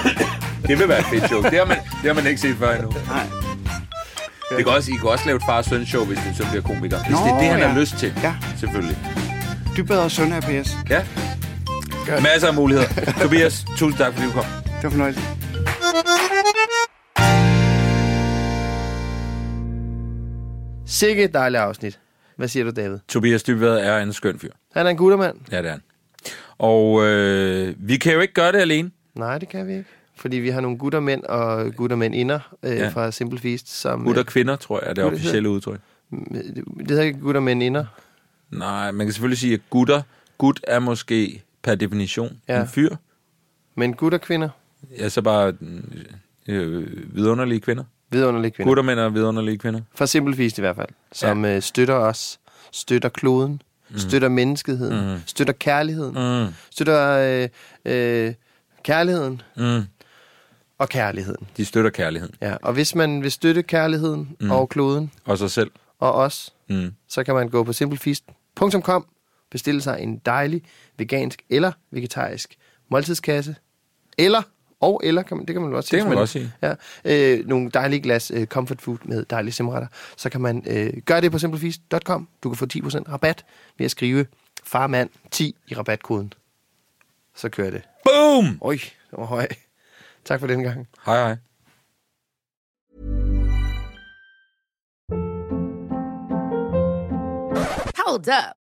S4: det vil være et fedt show. Det har man, det har man ikke set før endnu.
S5: Nej.
S4: Det kan også, I kan også lave et far søn show, hvis din søn bliver komiker. Hvis
S5: Nå,
S4: det er det, han
S5: ja.
S4: har lyst til.
S5: Ja.
S4: Selvfølgelig.
S5: Dybbad og søn er PS.
S4: Ja. Masser af muligheder. Tobias, tusind tak, fordi du kom.
S5: Det var fornøjelse.
S3: Sikke et dejligt afsnit. Hvad siger du, David?
S4: Tobias Dybvad er en skøn fyr.
S3: Han er en guttermand.
S4: Ja, det er han. Og øh, vi kan jo ikke gøre det alene.
S3: Nej, det kan vi ikke. Fordi vi har nogle guttermænd og guttermænd inder øh,
S4: Ja.
S3: ja. fra Simple Feast, som...
S4: Gutter og kvinder, tror jeg, er det
S3: Gutter-
S4: officielle udtryk.
S3: Øh, det hedder ikke guttermænd inder.
S4: Nej, man kan selvfølgelig sige, at gutter, gut er måske per definition ja.
S3: Ja.
S4: en fyr.
S3: Men gutter kvinder.
S4: Ja, så bare øh, vidunderlige kvinder.
S3: Vidunderlige kvinder.
S4: Guttermænd er vidunderlige kvinder.
S3: Fra Simple Feast i hvert fald. Som ja. øh, støtter os. Støtter kloden. Mm. Støtter menneskeheden. Mm. Støtter kærligheden. Mm. Støtter øh, øh, kærligheden.
S4: Mm.
S3: Og kærligheden.
S4: De støtter kærligheden.
S3: Ja. Og hvis man vil støtte kærligheden mm. og kloden
S4: Og sig selv.
S3: og os,
S4: Mm.
S3: så kan man gå på simplefeast.com, bestille sig en dejlig vegansk eller vegetarisk måltidskasse, eller, og eller, kan man, det kan man jo også sige.
S4: Det kan man
S3: hvis Ja, øh, nogle dejlige glas øh, comfort food med dejlige simretter. Så kan man øh, gøre det på simplefeast.com. Du kan få 10% rabat ved at skrive farmand10 i rabatkoden. Så kører det.
S4: Boom!
S3: Oj, det var høj. Tak for den gang.
S4: Hej hej.
S7: Hold up.